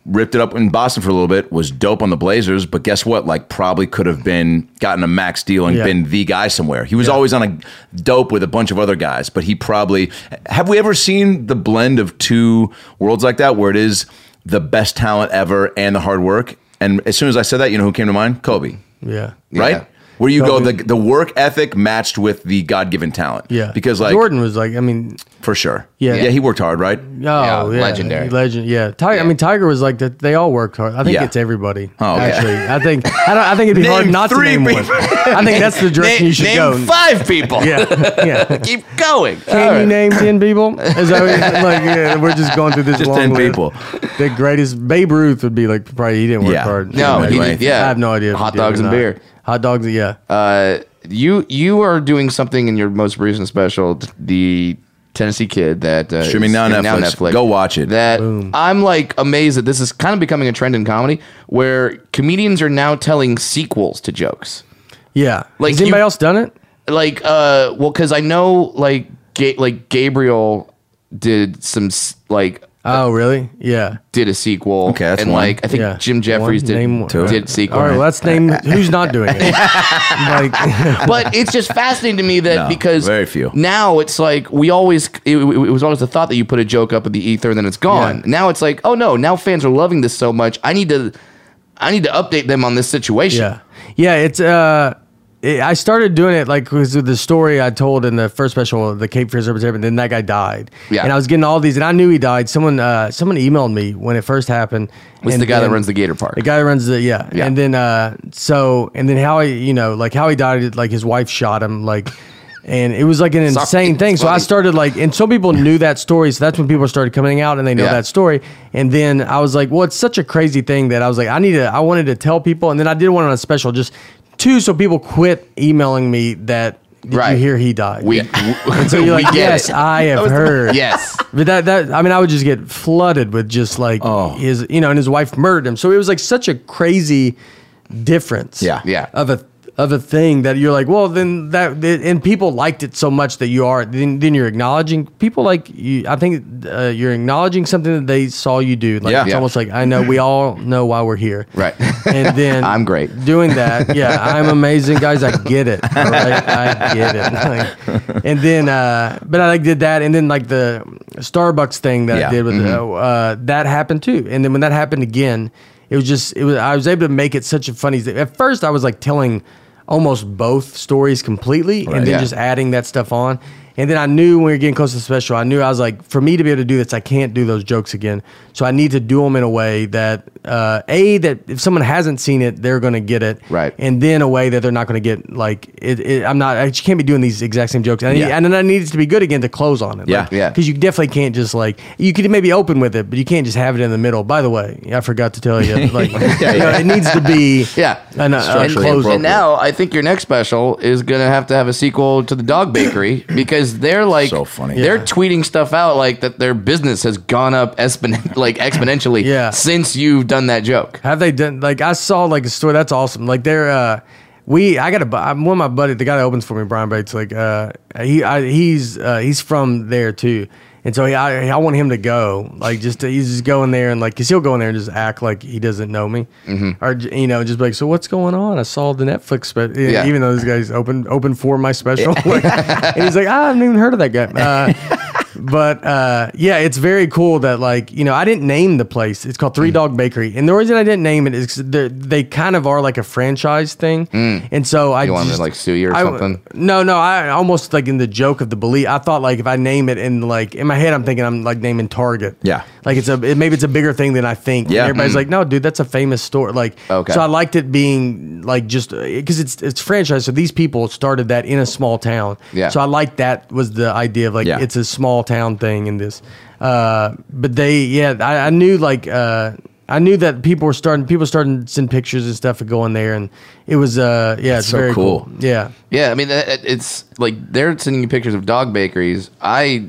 B: ripped it up in Boston for a little bit, was dope on the Blazers. But guess what? Like probably could have been gotten a max deal and
D: Yeah.
B: been the guy somewhere. He was always on a dope with a bunch of other guys, but he probably have we ever seen the blend of two worlds like that where it is the best talent ever and the hard work. And as soon as I said that, you know who came to mind? Kobe
D: Yeah.
B: right?
E: Yeah.
B: Where you go,
D: Kobe.
B: the the work ethic matched with the God given talent.
D: Yeah.
B: because like
D: Jordan was like, I mean,
B: for sure.
D: Yeah.
B: yeah, he worked hard, right?
E: Yeah,
D: Oh, yeah,
E: legendary.
D: legend. Yeah, Tiger. I mean, Tiger was like that. They all worked hard. I think
B: Yeah.
D: it's everybody.
B: Oh, okay.
D: actually, I think I, don't, I think it'd be
B: Name
D: hard not to
B: three
D: name
B: people.
D: one. I think that's the direction you should
E: name
D: go.
E: five people.
D: Yeah, yeah.
E: Keep going.
D: Can you name ten people? Is that what you- like yeah, we're just going through this
B: Just 10
D: long list.
B: people.
D: The greatest Babe Ruth would be like probably he didn't work
B: Yeah.
D: hard.
E: No, he
D: Anyway,
E: did- yeah.
D: I have no idea. if he
E: Hot
D: did or
E: dogs and
D: not.
E: beer.
D: Hot dogs. Yeah,
E: Uh, you you are doing something in your most recent special, t- the Tennessee Kid that uh,
B: Streaming
E: is
B: now
E: streaming
B: Netflix. Go watch it.
E: That I'm like amazed that this is kind of becoming a trend in comedy where comedians are now telling sequels to jokes.
D: yeah.
E: Like,
D: Has anybody
E: you-
D: else done it?
E: Like uh, well, because I know like Ga- like Gabriel did some s- like
D: Oh, really? Yeah.
E: did a sequel.
B: Okay, that's
E: and
B: one.
E: like I think
D: Yeah.
E: Jim Jeffries
D: One,
E: did
D: name one. Two.
E: did sequel.
D: All right. Well, let's name who's not doing it. like.
E: but it's just fascinating to me that
B: No,
E: because
B: very few.
E: now it's like we always it, it was always the thought that you put a joke up in the ether and then it's gone.
D: Yeah.
E: Now it's like oh no, now fans are loving this so much. I need to I need to update them on this situation.
D: Yeah, yeah. It's uh, it, I started doing it like because of the story I told in the first special, the Cape Fear Observatory, and then that guy died.
E: Yeah.
D: and I was getting all these, and I knew he died. Someone, uh, someone emailed me when it first happened.
E: It's
D: and
E: the guy that
D: then-
E: runs the Gator Park.
D: The guy that runs the yeah.
E: Yeah.
D: and then uh, so and then how he, you know, like how he died, like his wife shot him, like. And it was like an
E: Sorry,
D: insane thing.
E: it's
D: So I
E: funny.
D: started like, and some people knew that story. So that's when people started coming out and they know
E: Yeah.
D: that story. And then I was like, well, it's such a crazy thing that I was like, I need to, I wanted to tell people. And then I did one on a special just two. So people quit emailing me that did
E: Right.
D: you hear he died.
E: We
D: and so you're
E: we
D: like,
E: get
D: yes,
E: it.
D: I have heard.
E: yes.
D: But that that I mean, I would just get flooded with just like
B: Oh.
D: his, you know, and his wife murdered him. So it was like such a crazy difference,
B: Yeah.
E: Yeah.
D: of a of a thing that you're like, well, then that and people liked it so much that you are then, then you're acknowledging people like you. I think uh, you're acknowledging something that they saw you do. Like
B: Yeah.
D: it's
B: Yeah.
D: almost like I know we all know why we're here,
E: Right.
D: And then
E: I'm great.
D: doing that. Yeah, I'm amazing, guys. I get it. all right? I get it. Like, and then, uh, but I like did that, and then like the Starbucks thing that
B: Yeah.
D: I did with
E: Mm-hmm.
D: uh, that happened too. And then when that happened again, it was just it was I was able to make it such a funny. thing. At first, I was like telling almost both stories completely, and then
E: yeah.
D: just adding that stuff on. And then I knew when we were getting close to the special, I knew I was like, for me to be able to do this, I can't do those jokes again. So I need to do them in a way that, uh, A, that if someone hasn't seen it, they're going to get it.
E: Right.
D: And then a way that they're not going to get, like, it, it, I'm not, I just can't be doing these exact same jokes. And, I need-
B: Yeah.
D: and then I need it to be good again to close on it.
B: Yeah,
E: yeah.
D: Because you definitely can't just, like, you could maybe open with it, but you can't just have it in the middle. By the way, I forgot to tell you, like, you know, it needs to be
E: Yeah.
D: an, uh,
E: And,
B: Structurally
D: closing.
E: and now I think your next special is gonna have to have a sequel to the Dog Bakery because they're like
B: So funny.
E: They're
D: Yeah.
E: tweeting stuff out like that their business has gone up expon- like exponentially
D: Yeah.
E: since you've done that joke.
D: Have they done like I saw like a story that's awesome. Like they're uh we I got a bu- I'm- one of my buddy the guy that opens for me Brian Bates like uh he I, he's uh, he's from there too. And so he, I I want him to go like just to, he's just going there and like cause he'll go in there and just act like he doesn't know me or j- you know just be like so what's going on I saw the Netflix special
E: Yeah.
D: even though this guy's open open for my special Like, and he's like "Ah, I haven't even heard of that guy uh, but uh, yeah, it's very cool that like you know I didn't name the place. It's called Three
E: Mm.
D: Dog Bakery, and the reason I didn't name it is 'cause they're- they kind of are like a franchise thing, and so I
E: Mm. You want them to,
D: just-
E: like, sue you or
D: I-
E: something?
D: No, no, I almost like in the joke of the belief. I thought like if I name it in like in my head, I'm thinking I'm like naming Target.
B: Yeah.
D: like it's a it, maybe it's a bigger thing than I think. And
B: Yeah.
D: everybody's like, no, dude, that's a famous store. Like,
E: Mm. Okay.
D: so I liked it being like just because it's it's franchise. So these people started that in a small town.
E: Yeah.
D: so I like that was the idea of like
B: Yeah.
D: it's a small town thing in this. Uh, but they, yeah, I, I knew like uh, I knew that people were starting, people starting to send pictures and stuff and going there, and it was uh, yeah, it's
B: so
D: very cool.
B: cool.
D: Yeah,
E: Yeah, I mean that- it- it's like they're sending you pictures of dog bakeries. I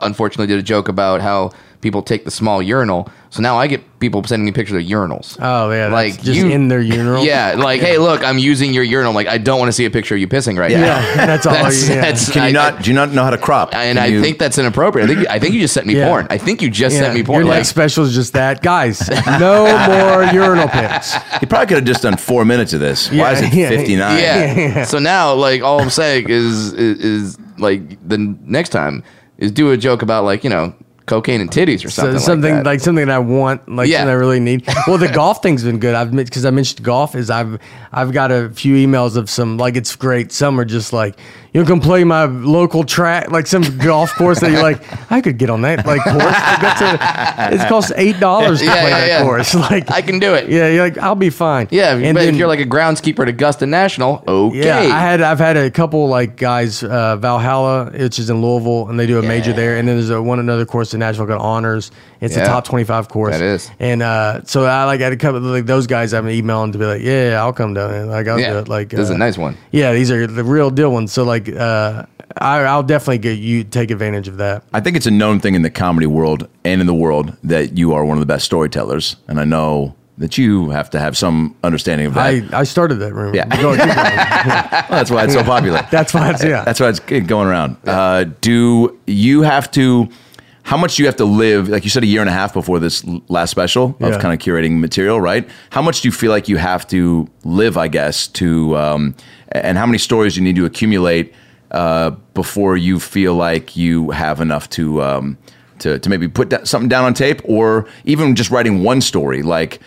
E: unfortunately did a joke about how people take the small urinal, so now I get people sending me pictures of urinals.
D: oh yeah,
E: Like,
D: like just
E: you-
D: in their urinal.
E: yeah, like hey, look, I'm using your urinal. Like I don't want to see a picture of you pissing right now.
D: yeah, that's all.
E: That's,
D: Oh, yeah.
E: that's-
B: Oh, Can you
E: I-
B: not? Do you not know how to crop?
E: I- and
B: Can
E: I
B: you-
E: think that's inappropriate. I think I think you just sent me
D: Yeah.
E: porn. I think you just
D: yeah.
E: sent me porn.
D: Your
E: Like,
D: next special is just that, guys. No more urinal pics.
B: he probably could have just done four minutes of this. Why
D: Yeah,
B: is it
D: yeah.
B: fifty nine?
E: yeah. So now, like, all I'm saying is, is, is like the next time is do a joke about like you know cocaine and titties or
D: So-
E: something.
D: something
E: like, that.
D: something that I want, like
E: Yeah.
D: something I really need. Well, the golf thing's been good. I've because I mentioned golf is I've I've got a few emails of some like it's great. Some are just like you can play my local track, like some golf course that you're like I could get on that like course. Like, that's a, it costs eight dollars to
E: Yeah,
D: play
E: yeah,
D: that
E: yeah.
D: course. Like
E: I can do it.
D: yeah, you're like I'll be fine.
E: Yeah,
D: and
E: but
D: then,
E: if you're like a groundskeeper at Augusta National, okay.
D: yeah, I had I've had a couple like guys uh, Valhalla, which is in Louisville, and they do a major there, and then there's a one another course in Nashville called Honors. It's
E: Yeah.
D: a top twenty five course.
E: That is.
D: and uh, so I like had a couple like those guys. I'm emailing to be like, yeah, yeah, I'll come down. And, like I'll do
E: yeah.
D: it. Like
E: this is a
D: uh,
E: nice one.
D: Yeah, these are the real deal ones. So like uh, I, I'll definitely get you take advantage of that.
B: I think it's a known thing in the comedy world and in the world that you are one of the best storytellers, and I know that you have to have some understanding of that.
D: I, I started that rumor.
B: Yeah.
D: Go ahead, keep going.
B: Well, that's why it's so popular.
D: that's why it's yeah.
B: That's why it's going around. Uh, do you have to? How much do you have to live? Like you said, a year and a half before this l- last special
D: Yeah.
B: of kind of curating material, right? How much do you feel like you have to live? I guess to, um, and how many stories do you need to accumulate uh, before you feel like you have enough to um, to to maybe put that, something down on tape, or even just writing one story, like.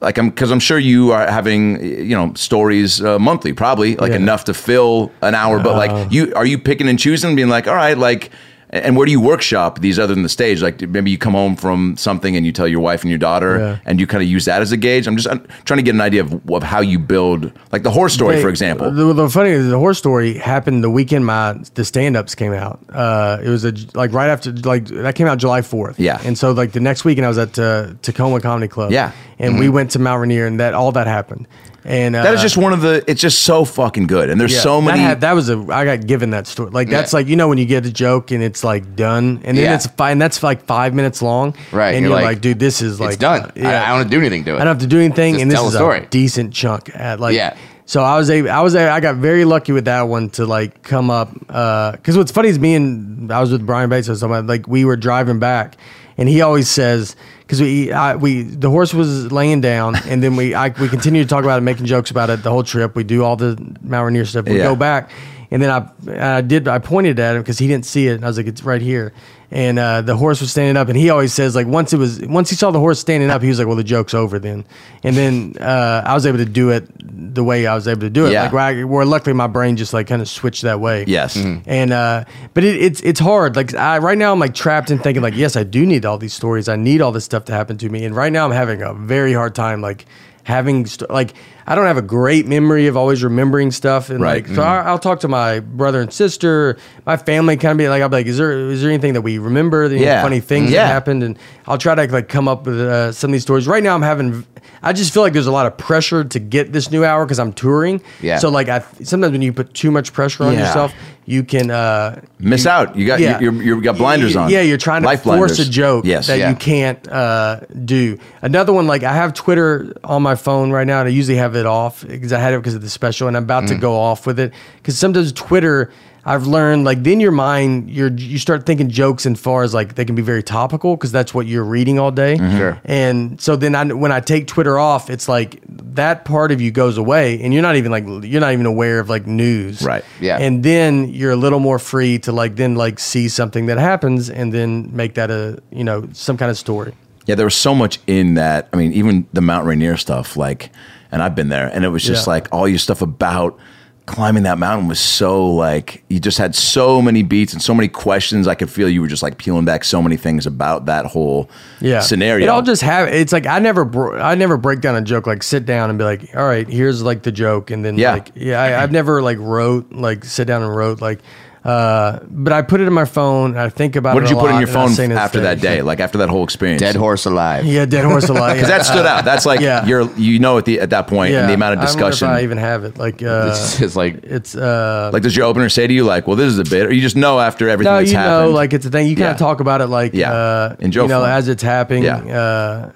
B: Like I'm, because I'm sure you are having, you know, stories uh, monthly, probably like
D: Yeah. Um.
B: enough to fill an hour. But like, you are you picking and choosing, being like, all right, like, and where do you workshop these other than the stage? Like, maybe you come home from something and you tell your wife and your daughter,
D: Yeah.
B: and you kind of use that as a gauge. I'm just I'm trying to get an idea of, of how you build, like the horse story,
D: They-
B: for example.
D: The, the funny is the horror story happened the weekend my the stand ups came out. Uh, it was a like right after like that came out July fourth.
B: Yeah.
D: and so like the next weekend I was at uh, Tacoma Comedy Club.
B: Yeah.
D: and we went to Mount Rainier and that all that happened. And uh,
B: that is just one of the. It's just so fucking good, and there's
D: yeah,
B: so many.
D: That, had- that was a I got given that story. Like that's
E: Yeah.
D: like you know when you get a joke and it's like done, and then
E: Yeah.
D: it's fine. That's like five minutes long.
E: Right,
D: and
E: you're
D: you're,
E: like,
D: like, dude, this is like
E: it's done. I- I, don't have to do anything to it.
D: I don't have to do anything,
E: Just
D: and this
E: tell a
D: is
E: story.
D: a decent chunk. At like,
E: Yeah.
D: So I was able, I was a- I got very lucky with that one to like come up. Because what's funny is me and I was with Brian Bates or something. Like we were driving back, and he always says because we I, we the horse was laying down, and then we I, we continued to talk about it, making jokes about it the whole trip. We do all the Mount Rainier stuff. We
B: Yeah.
D: go back. And then I, I did, I pointed at him because he didn't see it. And I was like, it's right here. And uh, the horse was standing up. And he always says, like, once it was, once he saw the horse standing up, he was like, well, the joke's over then. And then uh, I was able to do it the way I was able to do it.
B: Yeah.
D: Like, where, I, where luckily my brain just like kind of switched that way.
B: Yes. Mhm.
D: And, uh, but it, it's, it's hard. Like, I, right now I'm like trapped in thinking, like, yes, I do need all these stories. I need all this stuff to happen to me. And right now I'm having a very hard time, like, having st- like I don't have a great memory of always remembering stuff, and
B: Right. Mm-hmm.
D: like so I, I'll talk to my brother and sister, my family, kind of be like I'll be like, is there is there anything that we remember? Any
B: Yeah.
D: funny things
B: Yeah.
D: that happened, and I'll try to like come up with uh, some of these stories. Right now, I'm having I just feel like there's a lot of pressure to get this new hour because I'm touring.
E: Yeah.
D: So like I sometimes when you put too much pressure on
B: Yeah.
D: yourself, you can uh,
B: Miss out. You got
D: yeah.
B: you, you, you got blinders
D: Y- y-
B: on.
D: Yeah, you're trying to
B: Life
D: force
B: blinders.
D: a joke
B: Yes.
D: that
B: yeah.
D: you can't uh, do. Another one, like I have Twitter on my phone right now, and I usually have it off because I had it because of the special, and I'm about
B: Mm.
D: to go off with it because sometimes Twitter. I've learned like then your mind you're you start thinking jokes and far as like they can be very topical because that's what you're reading all day.
B: Mm-hmm.
E: Sure.
D: And so then I, when I take Twitter off, it's like that part of you goes away, and you're not even like you're not even aware of like news.
B: Right.
E: Yeah.
D: And then you're a little more free to like then like see something that happens and then make that a you know some kind of story.
B: Yeah, there was so much in that. I mean, even the Mount Rainier stuff, like, and I've been there, and it was just
D: Yeah.
B: like all your stuff about climbing that mountain was so like you just had so many beats and so many questions. I could feel you were just like peeling back so many things about that whole
D: Yeah.
B: scenario.
D: It all just have. It's like I never bro- I never break down a joke. Like sit down and be like, all right, here's like the joke, and then
B: Yeah.
D: like yeah, I, I've never like wrote like sit down and wrote like. Uh, but I put it in my phone. and I think about
B: what
D: it
B: did you
D: a
B: put in
D: lot,
B: your
D: and I
B: phone
D: sing this
B: after
D: thing.
B: that day? Like after that whole experience,
E: Dead horse alive.
D: Yeah, dead horse alive.
B: because that stood out. That's like
D: Yeah.
B: you're you know at the at that point and the amount of discussion.
D: I, wonder if I even have it. Like uh,
E: It's, it's like
D: it's uh,
B: like does your opener say to you like, well, this is a bit, or you just know after everything
D: no,
B: that's
D: you
B: happened?
D: know, like it's a thing. You kind
B: Yeah.
D: of talk about it, like
B: Yeah.
D: uh,
B: In joke
D: you know,
B: form.
D: as it's happening.
B: Yeah.
D: uh,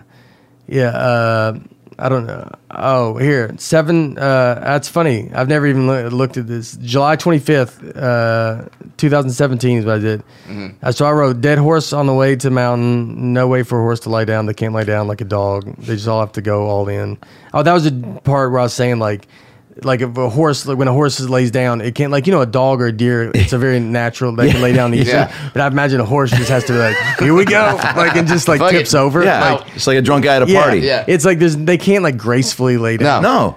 D: yeah. Uh, I don't know. Oh, here seven. Uh, that's funny. I've never even loo- looked at this. July twenty fifth, uh, two thousand seventeen is what I did.
E: Mm-hmm.
D: Uh, so I wrote "Dead horse on the way to mountain. No way for a horse to lie down. They can't lie down like a dog. They just all have to go all in." Oh, that was the part where I was saying like. Like if a horse, like when a horse is lays down, it can't like you know a dog or a deer. It's a very natural they can lay down easily.
E: Yeah.
D: But I imagine a horse just has to be like, here we go, like and just like
E: Fuck it.
D: tips over.
B: yeah,
D: like,
B: it's like a drunk guy at a party.
E: Yeah.
D: it's like there's they can't like gracefully lay down.
B: No,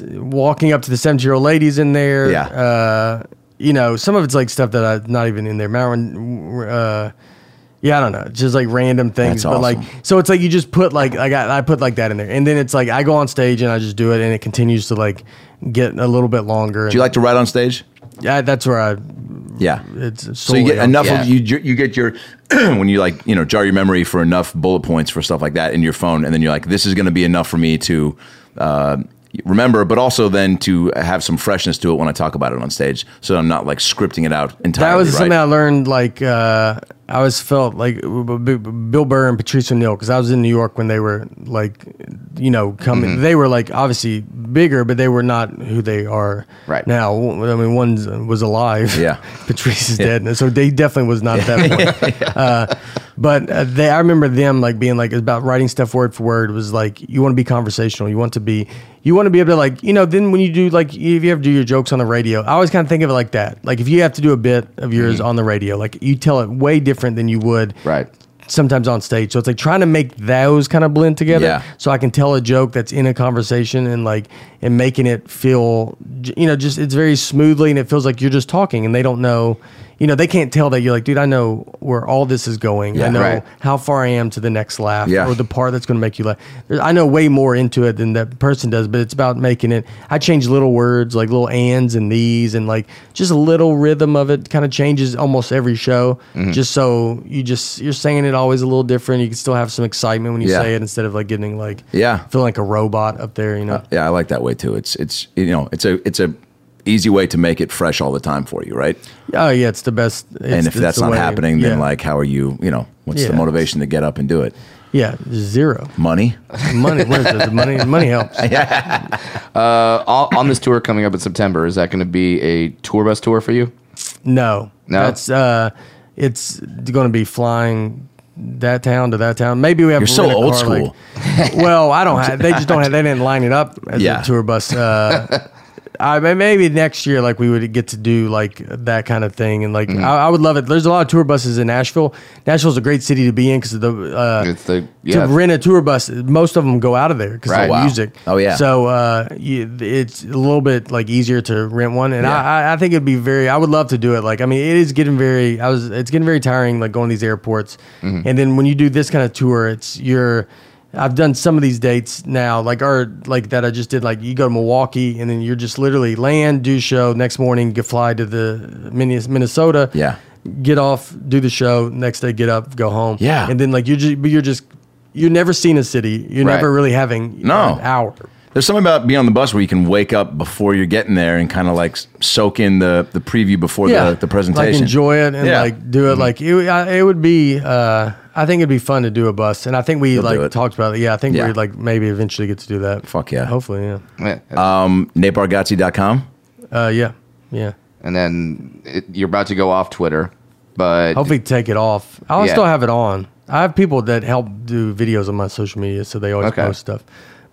D: Walking up to the 70 year old ladies in there.
B: Yeah.
D: Uh, you know, some of it's like stuff that I'm not even in there. Marilyn, uh, yeah, I don't know. Just like random things.
B: That's
D: but like,
B: awesome.
D: so it's like you just put like, I got, I put like that in there. And then it's like I go on stage and I just do it and it continues to like get a little bit longer.
B: do you like to ride on stage?
D: yeah, that's where I,
B: Yeah.
D: it's
B: So you get
D: solely on-
B: enough
E: Yeah.
B: of you you get your when you like you know jar your memory for enough bullet points for stuff like that in your phone, and then you're like, this is going to be enough for me to uh, remember, but also then to have some freshness to it when I talk about it on stage, so I'm not like scripting it out entirely.
D: That was
B: right?
D: something I learned. Like uh, I always felt like B- B- Bill Burr and Patrice O'Neill because I was in New York when they were like, you know, coming.
B: Mm-hmm.
D: They were like obviously bigger, but they were not who they are
E: Right.
D: now. W- I mean, one was alive.
B: Yeah.
D: Patrice is dead, so they definitely was not at that point. uh, but uh, they, I remember them like being like about writing stuff word for word. It was like you want to be conversational. You want to be. You want to be able to like you know. Then when you do like if you ever do your jokes on the radio, I always kind of think of it like that. Like if you have to do a bit of yours on the radio, like you tell it way different than you would
E: right.
D: sometimes on stage. So it's like trying to make those kind of blend together.
B: Yeah.
D: So I can tell a joke that's in a conversation and like and making it feel j- you know just it's very smoothly and it feels like you're just talking and they don't know you know they can't tell that you're like dude I know where all this is going. I know
E: right.
D: how far I am to the next laugh
B: Yeah.
D: or the part that's going to make you laugh. There- I know way more into it than that person does, but it's about making it. I change little words like little ands and these and like just a little rhythm of it kind of changes almost every show.
B: Mm-hmm.
D: Just so you just you're saying it always a little different. You can still have some excitement when you
B: Yeah.
D: say it instead of like getting like
B: Yeah. Uh,
D: feeling like a robot up there. You know,
B: yeah, I like that way too. It's it's you know it's a it's a easy way to make it fresh all the time for you, right?
D: oh yeah, it's the best. It's,
B: and if
D: it's
B: that's
D: the
B: not
D: way.
B: happening, then
D: Yeah.
B: like how are you? You know, what's the
D: Yeah.
B: motivation to get up and do it?
D: yeah, zero
B: Money.
D: money. What is it? The money money helps.
E: Uh, all, on this tour coming up in September, is that going to be a tour bus tour for you?
D: No,
E: No?
D: That's uh, it's going to be flying that town to that town. Maybe we have.
B: You're
D: to
B: so
D: rent a
B: old
D: car, like-
B: school.
D: well, I don't. Have, they just don't have. They didn't line it up as
B: Yeah.
D: a tour bus. Uh, I mean, maybe next year, like we would get to do like that kind of thing, and like
B: Mm.
D: I, I would love it. There's a lot of tour buses in Nashville. Nashville's a great city to be in because the uh,
E: It's the- yeah.
D: to rent a tour bus. Most of them go out of there because
E: Right.
D: of
E: Wow.
D: music.
B: Oh, yeah.
D: So uh, you, it's a little bit like easier to rent one, and I I, I think it'd be very. I would love to do it. Like I mean, it is getting very. I was. It's getting very tiring. Like going to these airports, and then when you do this kind of tour, it's you're. I've done some of these dates now, like or like that I just did. Like you go to Milwaukee, and then you're just literally land, do show next morning, get fly to the Minnes- Minnesota,
B: Yeah.
D: get off, do the show next day, get up, go home,
B: Yeah.
D: and then like you're just you're just you're never seen a city, you're
E: Right.
D: never really having
B: No.
D: an hour.
B: There's something about being on the bus where you can wake up before you're getting there and kind of like s- soak in the, the preview before the, the presentation.
D: Like enjoy it and
B: Yeah. Mm-hmm.
D: like do it. Like it, I- it would be. Uh, I think it'd be fun to do a bus, and I think we
B: do
D: like
B: it.
D: talked about it. Yeah, I think
B: Yeah.
D: we like maybe eventually get to do that.
B: Fuck yeah.
D: hopefully, yeah,
B: Um, NateBargatze.com.
D: uh, yeah, yeah.
E: and then it, you're about to go off Twitter, but
D: Hopefully, take it off. I'll
E: Yeah.
D: still have it on. I have people that help do videos on my social media, so they always
E: Okay.
D: post stuff.